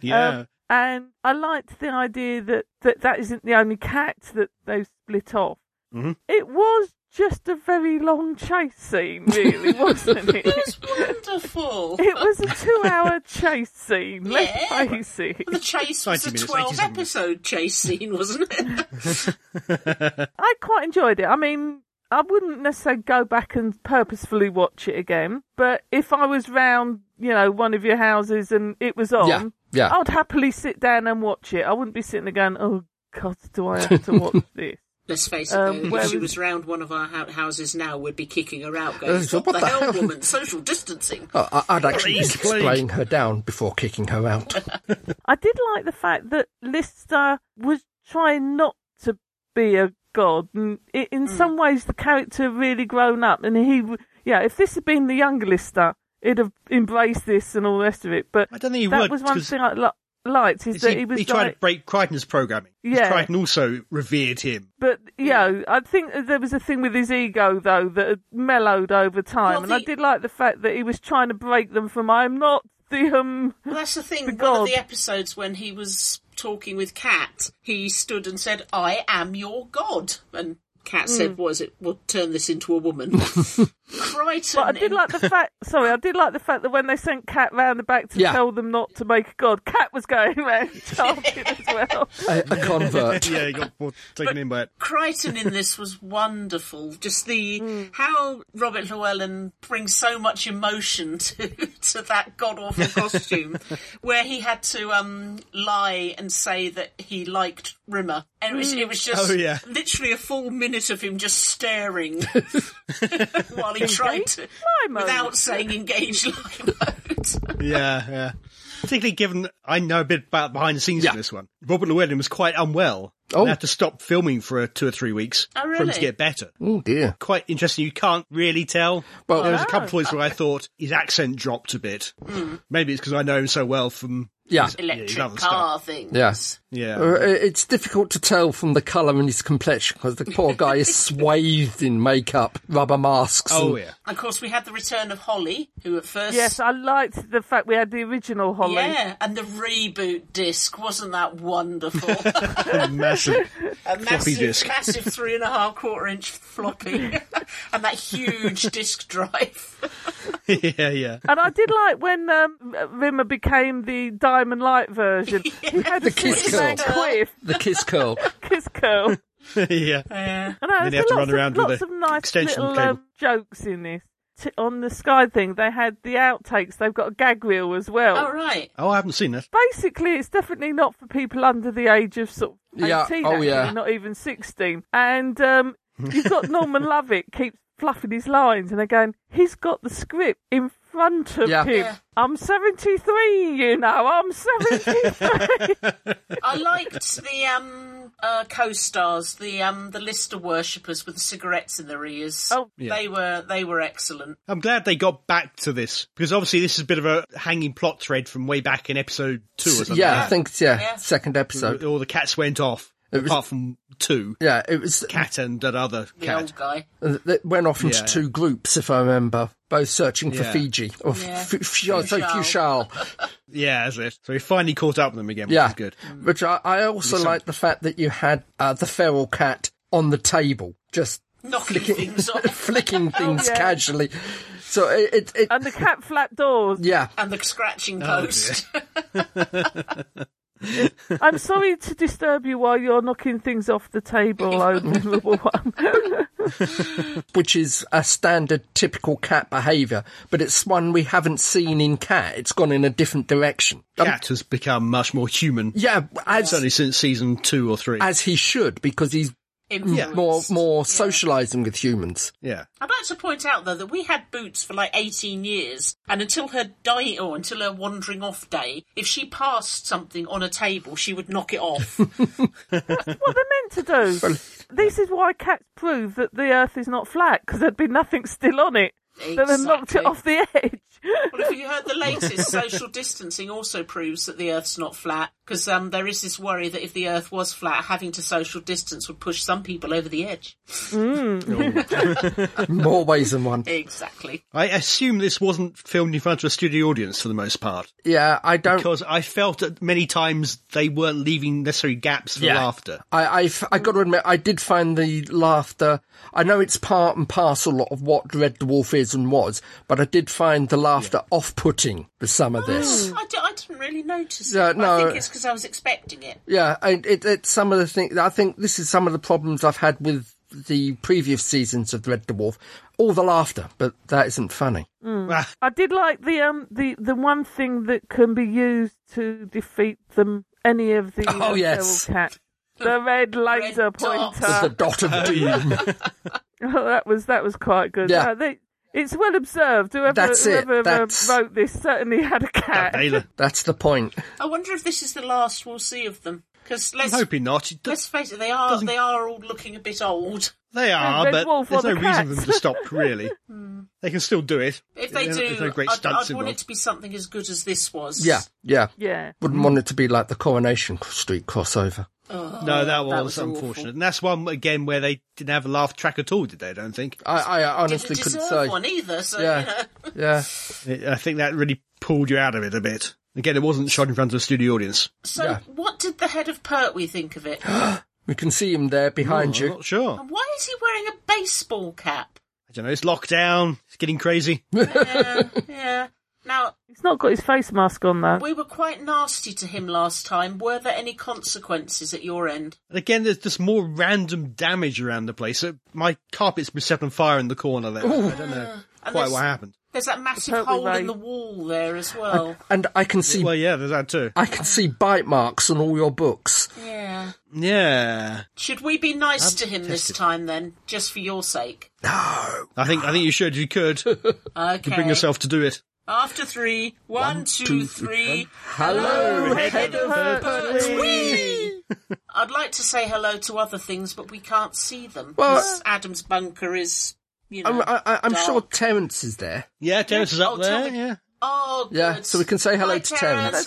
Speaker 4: yeah.
Speaker 1: Um, and I liked the idea that, that that isn't the only cat that they split off.
Speaker 4: Mhm.
Speaker 1: It was just a very long chase scene, really, wasn't it?
Speaker 2: (laughs) It's wonderful.
Speaker 1: it was a two-hour chase scene. Let's
Speaker 2: Yeah.
Speaker 1: face it.
Speaker 2: The chase was
Speaker 4: 90
Speaker 2: a
Speaker 4: minutes,
Speaker 2: 12
Speaker 4: 87 minutes.
Speaker 2: episode chase scene, wasn't it?
Speaker 1: I quite enjoyed it. I mean, I wouldn't necessarily go back and purposefully watch it again, but if I was round, you know, one of your houses and it was on,
Speaker 3: Yeah, yeah.
Speaker 1: I'd happily sit down and watch it. I wouldn't be sitting there going, "Oh God, do I have to
Speaker 3: (laughs)
Speaker 1: watch this?"
Speaker 2: Let's face it,
Speaker 1: Um,
Speaker 2: though, if
Speaker 1: whereas-
Speaker 2: she was round one of our hou- houses now, we'd be kicking her out, going,
Speaker 3: Uh,
Speaker 2: "What, the, hell, woman?
Speaker 1: (laughs)
Speaker 2: Social distancing."
Speaker 3: Oh, I- I'd actually
Speaker 4: Please,
Speaker 3: be splaying her down before kicking her out.
Speaker 1: I did like the fact that Lister was trying not to be a God, and i
Speaker 4: Hmm.
Speaker 1: in some ways the character really grown up, and he, w- yeah, if this had been the younger Lister, he'd have embraced this and all the rest of it. But
Speaker 4: I don't think he
Speaker 1: that
Speaker 4: would,
Speaker 1: was one
Speaker 4: 'cause-
Speaker 1: thing I li- liked is
Speaker 4: Is
Speaker 1: that
Speaker 4: he,
Speaker 1: he was
Speaker 4: he
Speaker 1: like,
Speaker 4: tried to break Crichton's programming. 'cause
Speaker 1: Yeah.
Speaker 4: Crichton also revered him.
Speaker 1: But you know, I think that there was a thing with his ego though that had mellowed over time,
Speaker 2: Well,
Speaker 1: and I
Speaker 2: the-
Speaker 1: did like the fact that he was trying to break them from "I'm not the um."
Speaker 2: Well, that's the thing.
Speaker 1: The
Speaker 2: One
Speaker 1: gob.
Speaker 2: of the episodes when he was talking with Cat, he stood and said, "I am your god," and Cat
Speaker 1: Hmm.
Speaker 2: said, "Was it? We'll turn this into
Speaker 1: (laughs)
Speaker 2: a woman." Crichton.
Speaker 1: But I did
Speaker 2: in-
Speaker 1: like the
Speaker 4: (laughs)
Speaker 1: fact. Sorry, I did like the fact that when they sent Cat round the back to
Speaker 3: Yeah.
Speaker 1: tell them not to make a god, Cat was going (laughs) round
Speaker 4: (laughs)
Speaker 1: chanting as well.
Speaker 3: A, a convert.
Speaker 4: yeah, he got more taken in by it.
Speaker 2: Crichton in this was wonderful. Just
Speaker 4: (laughs)
Speaker 2: the
Speaker 4: Hmm.
Speaker 2: how Robert Llewellyn brings so much emotion (laughs) to to that god awful
Speaker 4: (laughs)
Speaker 2: costume, where he had to um, lie and say that he liked Rimmer, and it was, it was just
Speaker 4: Oh, yeah.
Speaker 2: literally a full minute of him just
Speaker 4: (laughs)
Speaker 2: staring while he tried to
Speaker 1: Limo.
Speaker 2: without saying engage limo.
Speaker 4: Yeah, yeah. Particularly given I know a bit about behind the scenes
Speaker 3: Yeah.
Speaker 4: of this one. Robert Llewellyn was quite unwell.
Speaker 3: Oh.
Speaker 4: And had to stop filming for uh, two or three weeks
Speaker 2: Oh,
Speaker 4: for him
Speaker 2: really?
Speaker 4: to get better.
Speaker 3: Oh dear.
Speaker 4: Quite interesting. You can't really tell.
Speaker 3: Well,
Speaker 4: There was a
Speaker 2: Ah.
Speaker 4: couple of points where I thought his accent dropped a bit.
Speaker 2: Hmm.
Speaker 4: Maybe it's because I know him so well from
Speaker 3: yeah.
Speaker 2: Electric
Speaker 4: other stuff.
Speaker 2: car things.
Speaker 3: Yeah.
Speaker 4: yeah.
Speaker 3: Uh, it's difficult to tell from the colour in his complexion because the poor guy is swathed in makeup, rubber masks.
Speaker 4: oh
Speaker 3: and-
Speaker 4: (laughs) yeah.
Speaker 2: Of course, we had the return of Holly, who at first
Speaker 1: Yes, I liked the fact we had the original Holly.
Speaker 2: Yeah, and the reboot disc wasn't that (laughs) wonderful?
Speaker 4: Massive. (laughs)
Speaker 2: a massive,
Speaker 4: disc.
Speaker 2: massive three and a half quarter inch
Speaker 4: (laughs)
Speaker 2: floppy, (laughs) and that huge disc drive.
Speaker 4: yeah, yeah.
Speaker 1: And I did like when um, Rimmer became the Diamond Light
Speaker 4: (laughs)
Speaker 1: version. He had a
Speaker 3: kiss
Speaker 1: six man
Speaker 2: curl.
Speaker 1: quiff,
Speaker 3: The kiss curl.
Speaker 1: kiss
Speaker 4: (laughs)
Speaker 1: curl.
Speaker 4: yeah.
Speaker 2: Yeah.
Speaker 1: I know,
Speaker 4: Then you
Speaker 1: there's
Speaker 4: have
Speaker 1: lots
Speaker 4: to run
Speaker 1: of,
Speaker 4: around with
Speaker 1: lots
Speaker 4: a
Speaker 1: of nice
Speaker 4: extension
Speaker 1: little
Speaker 4: cable.
Speaker 1: um, jokes in this. T- on the Sky thing, they had the outtakes. They've got a gag reel as well.
Speaker 2: (laughs) All right.
Speaker 4: Oh, I haven't seen that.
Speaker 1: Basically, it's definitely not for people under the age of sort of 18,
Speaker 3: Yeah, oh,
Speaker 1: actually,
Speaker 3: yeah.
Speaker 1: not even 16. And um, you've
Speaker 3: (laughs)
Speaker 1: got Norman Lovick keeps fluffing his lines, and they're going, he's got the script in front of
Speaker 3: Yeah.
Speaker 1: him.
Speaker 2: Yeah.
Speaker 1: I'm 73, you know, I'm
Speaker 3: (laughs)
Speaker 1: 73.
Speaker 2: I liked the um, uh, co-stars, the um, the Lister worshippers with the cigarettes in their ears.
Speaker 1: Oh.
Speaker 4: Yeah.
Speaker 2: they were they were excellent.
Speaker 4: I'm glad they got back to this because obviously this is a bit of a hanging plot thread from way back in episode two or something.
Speaker 3: Yeah, I think yeah,
Speaker 2: Yeah.
Speaker 3: second episode.
Speaker 4: all the cats went off
Speaker 3: It was-
Speaker 4: apart from two
Speaker 3: Yeah, it was.
Speaker 4: cat and that other
Speaker 2: The
Speaker 4: cat.
Speaker 2: old (laughs) guy.
Speaker 3: It went off into
Speaker 4: Yeah.
Speaker 3: two groups, if I remember, both searching for
Speaker 4: Yeah.
Speaker 3: Fiji or
Speaker 2: Yeah.
Speaker 3: F- F- oh, sorry,
Speaker 2: Funchal.
Speaker 3: Funchal.
Speaker 4: Yeah, that's it. So we finally caught up with them again. Which
Speaker 3: Yeah, Mm.
Speaker 4: is good.
Speaker 3: Which I, I also like the fact that you had uh, the feral cat on the table, just
Speaker 4: (laughs)
Speaker 2: Knocking things off.
Speaker 3: flicking things
Speaker 1: yeah. Uh,
Speaker 3: casually. So it, it, it
Speaker 1: and the cat flap doors.
Speaker 3: yeah,
Speaker 2: And the scratching
Speaker 4: Oh,
Speaker 2: post. (laughs)
Speaker 1: I'm sorry to disturb you while you're knocking things off the
Speaker 3: (laughs)
Speaker 1: table, oh (laughs) miserable one.
Speaker 3: which is a standard typical cat behaviour, but it's one we haven't seen in cat. It's gone in a different direction. Um,
Speaker 4: Cat has become much more human,
Speaker 3: yeah, as
Speaker 4: certainly since season two or three.
Speaker 3: as he should because he's
Speaker 2: Influenced.
Speaker 3: more more socialising with humans. (laughs)
Speaker 4: yeah. (laughs)
Speaker 2: I'd like to point out though that we had Boots for like 18 years, and until her die or until her wandering off day, if she passed something on a table, she would knock it off.
Speaker 1: what they're meant to do. This is why cats prove that the Earth is not flat because there'd be nothing still on it. So they knocked
Speaker 2: Exactly.
Speaker 1: it off the (laughs) edge.
Speaker 2: Well, if you heard the latest, social distancing also proves that the Earth's not flat because um, there is this worry that if the Earth was flat, having to social distance would push some people over the edge.
Speaker 3: More ways than one.
Speaker 2: Exactly.
Speaker 4: I assume this wasn't filmed in front of a studio audience for the most part
Speaker 3: Yeah, I don't.
Speaker 4: because I felt that many times they weren't leaving necessary gaps for
Speaker 3: Yeah.
Speaker 4: laughter.
Speaker 3: I, I, got to admit, I did find the laughter. I know it's part and parcel of what Red Dwarf is and was, but I did find the laughter off-putting with some of this.
Speaker 2: Hmm. I, d- I didn't really notice
Speaker 3: Yeah,
Speaker 2: it. but I
Speaker 3: no.
Speaker 2: think it's because I was expecting it.
Speaker 3: Yeah, and it, it's some of the things. I think this is some of the problems I've had with the previous seasons of Red Dwarf. All the laughter, but that isn't funny.
Speaker 4: Ah,
Speaker 1: I did like the um the the one thing that can be used to defeat them. Any of the
Speaker 3: Oh,
Speaker 1: uh,
Speaker 3: yes.
Speaker 1: feral
Speaker 3: (laughs)
Speaker 1: cats. The red laser
Speaker 2: dot.
Speaker 3: The
Speaker 1: (laughs) pointer. Oh,
Speaker 2: (laughs)
Speaker 3: dot of doom.
Speaker 1: that was that was quite good.
Speaker 3: Yeah.
Speaker 1: Uh, they- it's well observed. Whoever,
Speaker 3: That's it.
Speaker 1: whoever uh,
Speaker 3: That's-
Speaker 1: wrote this certainly had a cat.
Speaker 4: Ayla.
Speaker 3: That's the point.
Speaker 2: I wonder if this is the last we'll see of them. Because
Speaker 4: I'm
Speaker 2: let's
Speaker 4: hoping not. It do-
Speaker 2: let's face it, they are
Speaker 4: doesn't-
Speaker 2: they are all looking a bit old.
Speaker 4: They are,
Speaker 1: Red
Speaker 4: but
Speaker 1: Wolf
Speaker 4: there's
Speaker 1: or
Speaker 4: no
Speaker 1: the
Speaker 4: reason for them
Speaker 1: cats. Hmm.
Speaker 4: to
Speaker 1: (laughs)
Speaker 4: stop, really. They can still do it.
Speaker 2: If they
Speaker 4: There's no-
Speaker 2: do,
Speaker 4: there's no great
Speaker 2: I'd,
Speaker 4: stunts
Speaker 2: I'd want it
Speaker 4: involved.
Speaker 2: to be something as good as this was.
Speaker 3: Yeah, yeah.
Speaker 1: Yeah.
Speaker 3: Wouldn't want it to be like the Coronation Street crossover.
Speaker 4: No, that was,
Speaker 2: was awful.
Speaker 4: unfortunate. And that's one, again, where they didn't have a laugh track at all, did they? I don't think.
Speaker 3: I, I
Speaker 2: Didn't
Speaker 3: honestly couldn't
Speaker 2: deserve
Speaker 3: say.
Speaker 2: one either. So
Speaker 3: Yeah.
Speaker 2: you know.
Speaker 3: Yeah.
Speaker 4: I think that really pulled you out of it a bit. Again, it wasn't shot in front of a studio audience.
Speaker 2: So
Speaker 3: Yeah.
Speaker 2: what did the head of Pertwee think of it?
Speaker 3: We can see him there behind
Speaker 4: Oh,
Speaker 3: you.
Speaker 4: I'm not sure.
Speaker 2: And why is he wearing a baseball cap?
Speaker 4: I don't know. It's lockdown. It's getting crazy.
Speaker 2: Yeah, yeah. Now
Speaker 1: He's not got his face mask on though.
Speaker 2: we were quite nasty to him last time. Were there any consequences at your end?
Speaker 4: And again, there's just more random damage around the place. Uh, My carpet's been set on fire in the corner there. I don't know
Speaker 2: And
Speaker 4: quite
Speaker 2: there's,
Speaker 4: what happened.
Speaker 2: there's that massive
Speaker 1: Pertwee
Speaker 2: hole
Speaker 1: Road.
Speaker 2: in the wall there as
Speaker 3: (laughs)
Speaker 2: well.
Speaker 3: And I can see
Speaker 4: Well, yeah, there's that too.
Speaker 3: I can see bite marks on all your books.
Speaker 2: yeah.
Speaker 4: Yeah.
Speaker 2: Should we be nice to him this time then, just for your sake?
Speaker 4: I think I think you should if you could. You
Speaker 2: Okay.
Speaker 4: could bring yourself to do it.
Speaker 2: After three, one, two, three.
Speaker 3: Hello,
Speaker 2: head of
Speaker 1: Pertwee.
Speaker 2: I'd like to say hello to other things, but we can't see them.
Speaker 3: Well- uh,
Speaker 2: 'cause Adam's bunker is, you know.
Speaker 3: I'm, uh, I, I- I'm
Speaker 2: dark.
Speaker 3: sure Terence is there.
Speaker 4: Yeah, Terrace is up
Speaker 2: Oh, tell
Speaker 4: there.
Speaker 2: me-
Speaker 4: Yeah.
Speaker 2: Oh, good.
Speaker 3: Yeah, so we can say hello
Speaker 2: Hi,
Speaker 3: to Terence.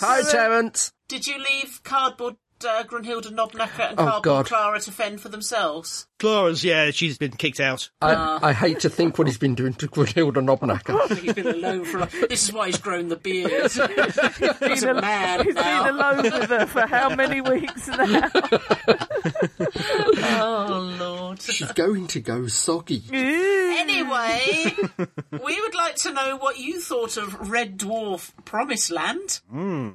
Speaker 2: Terence.
Speaker 3: Hi, Terence.
Speaker 2: Did you leave cardboard uh, Grunhilda Knobnacker and
Speaker 3: Oh,
Speaker 2: cardboard
Speaker 3: God.
Speaker 2: Clara to fend for (laughs) themselves?
Speaker 4: Clara's, yeah, she's been kicked out.
Speaker 3: I, I hate to think what he's been doing to Grunhilda
Speaker 2: (laughs)
Speaker 3: Knobnacker.
Speaker 2: He's been alone
Speaker 3: (laughs)
Speaker 2: for. a- This is why he's grown the beard. he's a
Speaker 1: al-
Speaker 2: man
Speaker 1: He's
Speaker 2: now.
Speaker 1: been alone with her for how many weeks
Speaker 3: (laughs)
Speaker 1: now?
Speaker 2: Oh lord.
Speaker 3: She's going to go soggy. (laughs)
Speaker 2: Anyway, we would like to know what you thought of Red Dwarf Promised Land.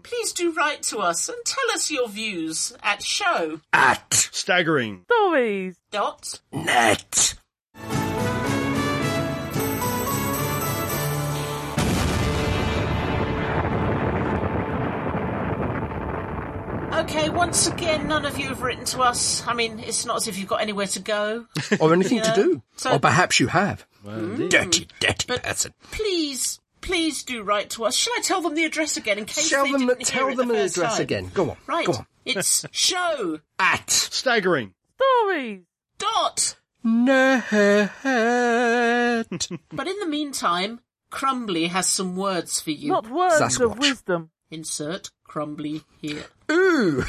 Speaker 2: Please do write to us and tell us your views at show
Speaker 3: At
Speaker 4: Staggering.
Speaker 1: Stories.
Speaker 2: dot
Speaker 3: net.
Speaker 2: Okay, once again, none of you have written to us. I mean, it's not as if you've got anywhere to
Speaker 3: (laughs)
Speaker 2: go.
Speaker 3: Or anything to do.
Speaker 2: So-
Speaker 3: or perhaps you have. dirty, dirty person.
Speaker 2: Please, please do write to us. Shall I tell them the address again in case
Speaker 3: Tell
Speaker 2: they
Speaker 3: them,
Speaker 2: didn't hear
Speaker 3: tell
Speaker 2: it
Speaker 3: them
Speaker 2: the
Speaker 3: the
Speaker 2: first
Speaker 3: address
Speaker 2: time?
Speaker 3: again. Go on.
Speaker 2: Right,
Speaker 3: Go on. (laughs)
Speaker 2: it's show
Speaker 3: At
Speaker 4: Staggering.
Speaker 1: Stories.
Speaker 2: dot.
Speaker 3: net.
Speaker 2: But in the meantime, Crumbly has some words for you.
Speaker 1: Not words
Speaker 3: Sasquatch.
Speaker 1: of wisdom.
Speaker 2: Insert Crumbly here.
Speaker 3: Ooh.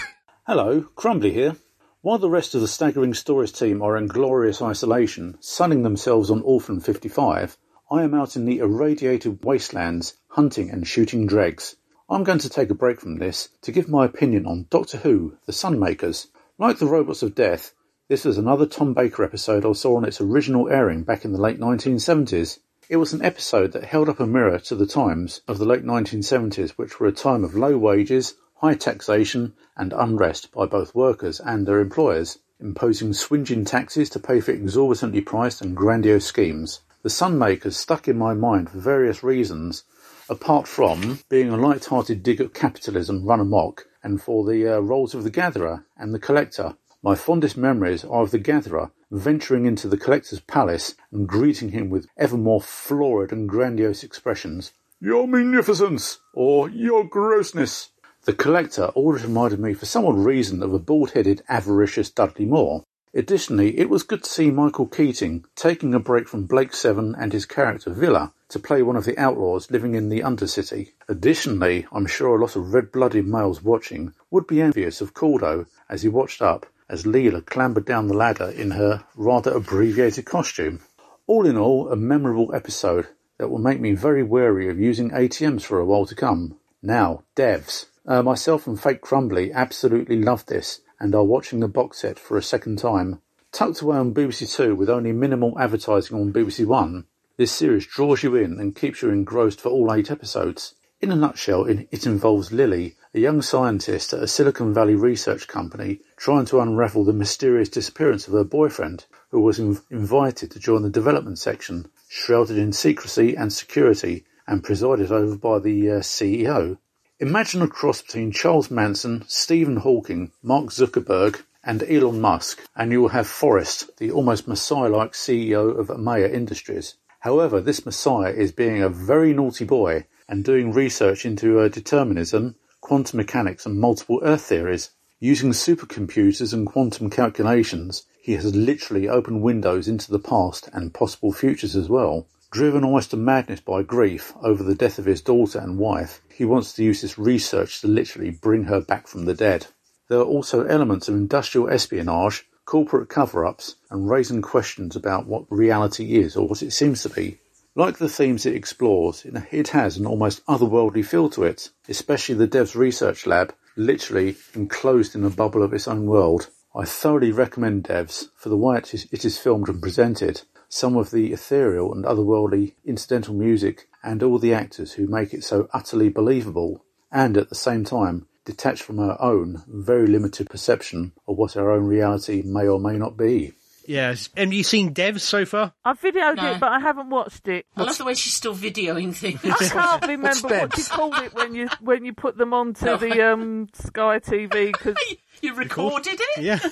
Speaker 6: Hello, Crumbly here. While the rest of the Staggering Stories team are in glorious isolation, sunning themselves on Orphan 55, I am out in the irradiated wastelands hunting and shooting dregs. I'm going to take a break from this to give my opinion on Doctor Who, The Sunmakers. Like the Robots of Death, this was another Tom Baker episode I saw on its original airing back in the late 1970s. It was an episode that held up a mirror to the times of the late 1970s, which were a time of low wages, high taxation, and unrest by both workers and their employers, imposing swingeing taxes to pay for exorbitantly priced and grandiose schemes. The Sunmakers stuck in my mind for various reasons, apart from being a light-hearted dig at capitalism run amok, and for the uh, roles of the gatherer and the collector. My fondest memories are of the gatherer venturing into the collector's palace and greeting him with ever more florid and grandiose expressions. Your munificence, or your grossness. The collector always reminded me, for some odd reason, of a bald-headed, avaricious Dudley Moore. Additionally, it was good to see Michael Keating taking a break from Blake Seven and his character Villa to play one of the outlaws living in the Undercity. Additionally, I'm sure a lot of red-blooded males watching would be envious of Caldo as he watched up as Leela clambered down the ladder in her rather abbreviated costume. All in all, a memorable episode that will make me very wary of using ATMs for a while to come. Now, devs. Uh, myself and Fake Crumbly absolutely loved this and are watching the box set for a second time. Tucked away on BBC Two with only minimal advertising on BBC One, this series draws you in and keeps you engrossed for all eight episodes. In a nutshell, it it involves Lily, a young scientist at a Silicon Valley research company, trying to unravel the mysterious disappearance of her boyfriend, who was inv- invited to join the development section, shrouded in secrecy and security, and presided over by the uh, CEO. Imagine a cross between Charles Manson, Stephen Hawking, Mark Zuckerberg, and Elon Musk, and you will have Forrest, the almost messiah like CEO of Amaya Industries. However, this messiah is being a very naughty boy and doing research into uh, determinism, quantum mechanics, and multiple Earth theories. Using supercomputers and quantum calculations, he has literally opened windows into the past and possible futures as well. Driven almost to madness by grief over the death of his daughter and wife, he wants to use this research to literally bring her back from the dead. There are also elements of industrial espionage, corporate cover ups, and raising questions about what reality is or what it seems to be. Like the themes it explores, it has an almost otherworldly feel to it, especially the Dev's research lab, literally enclosed in a bubble of its own world. I thoroughly recommend Devs for the way it is, it is filmed and presented, some of the ethereal and otherworldly incidental music, and all the actors who make it so utterly believable, and at the same time detached from our own very limited perception of what our own reality may or may not be.
Speaker 4: Yes. And you seen Devs so far?
Speaker 1: I've videoed
Speaker 2: No.
Speaker 1: it, but I haven't watched it.
Speaker 2: I love the way she's still videoing
Speaker 3: (laughs)
Speaker 2: things.
Speaker 1: I can't remember what you
Speaker 3: Debs?
Speaker 1: called it when you when you put them
Speaker 7: (laughs)
Speaker 1: onto the um, Sky TV. Cause
Speaker 2: (laughs) you recorded it?
Speaker 4: Yeah. (laughs)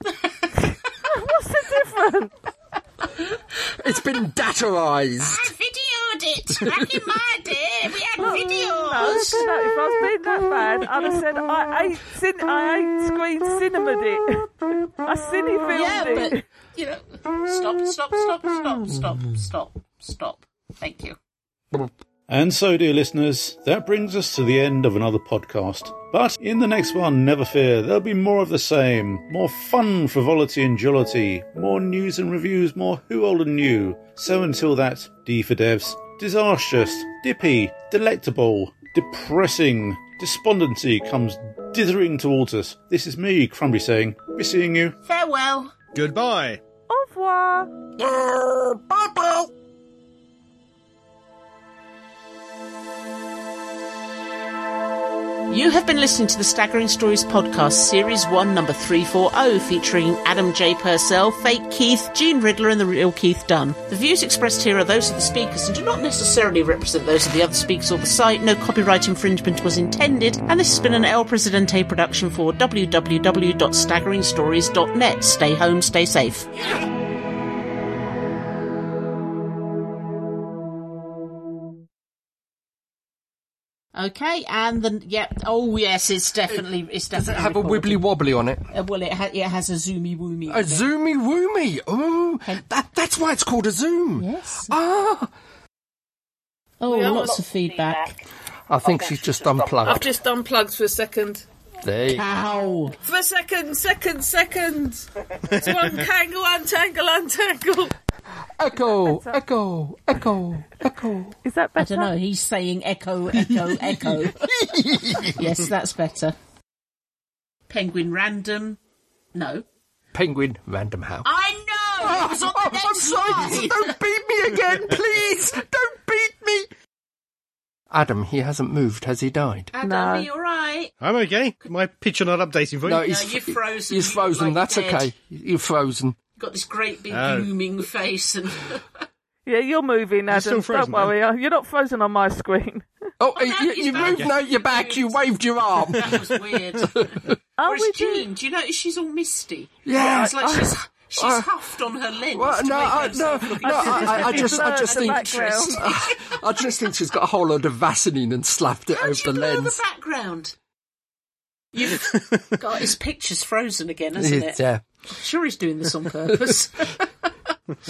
Speaker 1: what's the
Speaker 7: (laughs)
Speaker 1: difference?
Speaker 3: It's been datarized.
Speaker 2: I (laughs) videoed it back in my day. We had
Speaker 1: No,
Speaker 2: videos.
Speaker 1: so if I was being that bad, I'd have said I ain't cin- I ain't screen cinemaed it. (laughs) I cine filmed
Speaker 2: Yeah,
Speaker 1: it.
Speaker 2: but you know, stop, stop, stop, stop, stop, stop, stop. Thank you.
Speaker 6: And so, dear listeners, that brings us to the end of another podcast. But in the next one, never fear, there'll be more of the same. More fun, frivolity, and jollity. More news and reviews, more who old and new. So until that, D for devs. Disastrous, dippy, delectable, depressing, despondency comes dithering towards us. This is me, Crumbly, saying, be seeing you.
Speaker 2: Farewell.
Speaker 4: Goodbye.
Speaker 1: (laughs) Au revoir.
Speaker 2: You have been listening to the Staggering Stories podcast, series one, number 340, featuring Adam J. Purcell, Fake Keith, Gene Riddler, and the real Keith Dunn. The views expressed here are those of the speakers and do not necessarily represent those of the other speakers or the site. No copyright infringement was intended, and this has been an El Presidente production for www.staggeringstories.net. Stay home, stay safe. Okay, and the yep. Oh yes, it's definitely it's
Speaker 3: Does
Speaker 2: definitely.
Speaker 3: it have a
Speaker 2: recorded.
Speaker 3: wibbly Oh, wobbly on it?
Speaker 2: Uh, well, it ha- it has a zoomy woomy.
Speaker 3: A zoomy woomy. Oh, that, that's why it's called a zoom.
Speaker 2: Yes.
Speaker 3: Ah,
Speaker 2: Oh, lots of feedback.
Speaker 3: I think
Speaker 2: Oh,
Speaker 3: she's just
Speaker 7: I've
Speaker 3: unplugged.
Speaker 7: just unplugged for a second.
Speaker 3: There you
Speaker 2: Ow!
Speaker 7: For a second, second, second. to untangle, untangle, untangle.
Speaker 3: Echo, echo, echo,
Speaker 2: (laughs)
Speaker 3: echo.
Speaker 1: Is that
Speaker 2: (laughs) I
Speaker 1: better?
Speaker 2: don't know. He's saying echo, (laughs) echo, echo. yes, that's better. Penguin random. No.
Speaker 3: Penguin, Random House.
Speaker 2: I know. It was on the
Speaker 3: Oh, I'm
Speaker 2: next
Speaker 3: sorry.
Speaker 2: slide.
Speaker 3: Don't beat me again, please. Don't beat me. Adam, he hasn't moved. Has he died?
Speaker 2: Adam,
Speaker 1: No.
Speaker 2: are you all right?
Speaker 4: I'm okay. My picture not updating for you.
Speaker 2: No, you're frozen.
Speaker 3: He's
Speaker 2: You look
Speaker 3: frozen.
Speaker 2: like
Speaker 3: That's
Speaker 2: dead.
Speaker 3: okay. You're frozen.
Speaker 2: You've got this great big
Speaker 4: Oh.
Speaker 2: booming face and (laughs)
Speaker 1: Yeah, you're moving, Adam.
Speaker 4: still
Speaker 1: don't
Speaker 4: frozen,
Speaker 1: worry, you're not frozen on my screen.
Speaker 3: Oh,
Speaker 2: Oh, no,
Speaker 3: you,
Speaker 2: he's
Speaker 3: you
Speaker 2: back.
Speaker 3: moved. No, you're back. You waved your arm.
Speaker 2: that was weird.
Speaker 1: Are
Speaker 2: Whereas
Speaker 1: we doing?
Speaker 2: Jean, Oh, do you notice she's all misty?
Speaker 3: Yeah,
Speaker 2: It's like (laughs)
Speaker 3: I-
Speaker 2: she's, she's
Speaker 3: I-
Speaker 2: huffed on her lens.
Speaker 3: Well,
Speaker 2: to
Speaker 3: no,
Speaker 2: make
Speaker 3: I, no,
Speaker 2: herself
Speaker 3: no.
Speaker 2: look
Speaker 3: I, I, I
Speaker 2: interesting.
Speaker 3: just, I just
Speaker 1: Blur in
Speaker 3: think,
Speaker 1: the
Speaker 3: (laughs) I just think she's got a whole load of Vaseline and slapped it
Speaker 2: How'd
Speaker 3: over
Speaker 2: you
Speaker 3: the
Speaker 2: blur
Speaker 3: lens.
Speaker 2: the background? You've (laughs) got his pictures frozen again, hasn't it?
Speaker 3: Yeah.
Speaker 2: Sure, he's doing this on (laughs) purpose.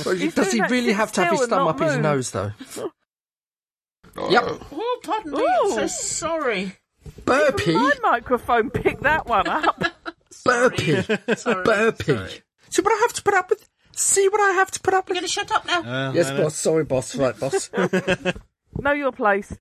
Speaker 3: Well,
Speaker 1: He's
Speaker 3: does
Speaker 1: doing
Speaker 3: he
Speaker 1: that
Speaker 3: really
Speaker 1: sit
Speaker 3: have to have
Speaker 1: still
Speaker 3: his
Speaker 1: and
Speaker 3: thumb
Speaker 1: not
Speaker 3: up his
Speaker 1: move.
Speaker 3: nose though? yep.
Speaker 2: oh, pardon me. I'm so
Speaker 1: Ooh.
Speaker 2: sorry.
Speaker 3: Burpee.
Speaker 1: My microphone picked that one up.
Speaker 3: Burpee.
Speaker 2: Sorry.
Speaker 3: Burpee. See what I have to put up with? See what I have to put up
Speaker 2: You're
Speaker 3: with?
Speaker 2: going to shut up now.
Speaker 4: Uh,
Speaker 3: Yes,
Speaker 4: I know.
Speaker 3: boss. Sorry, boss. Right, boss.
Speaker 1: know your place.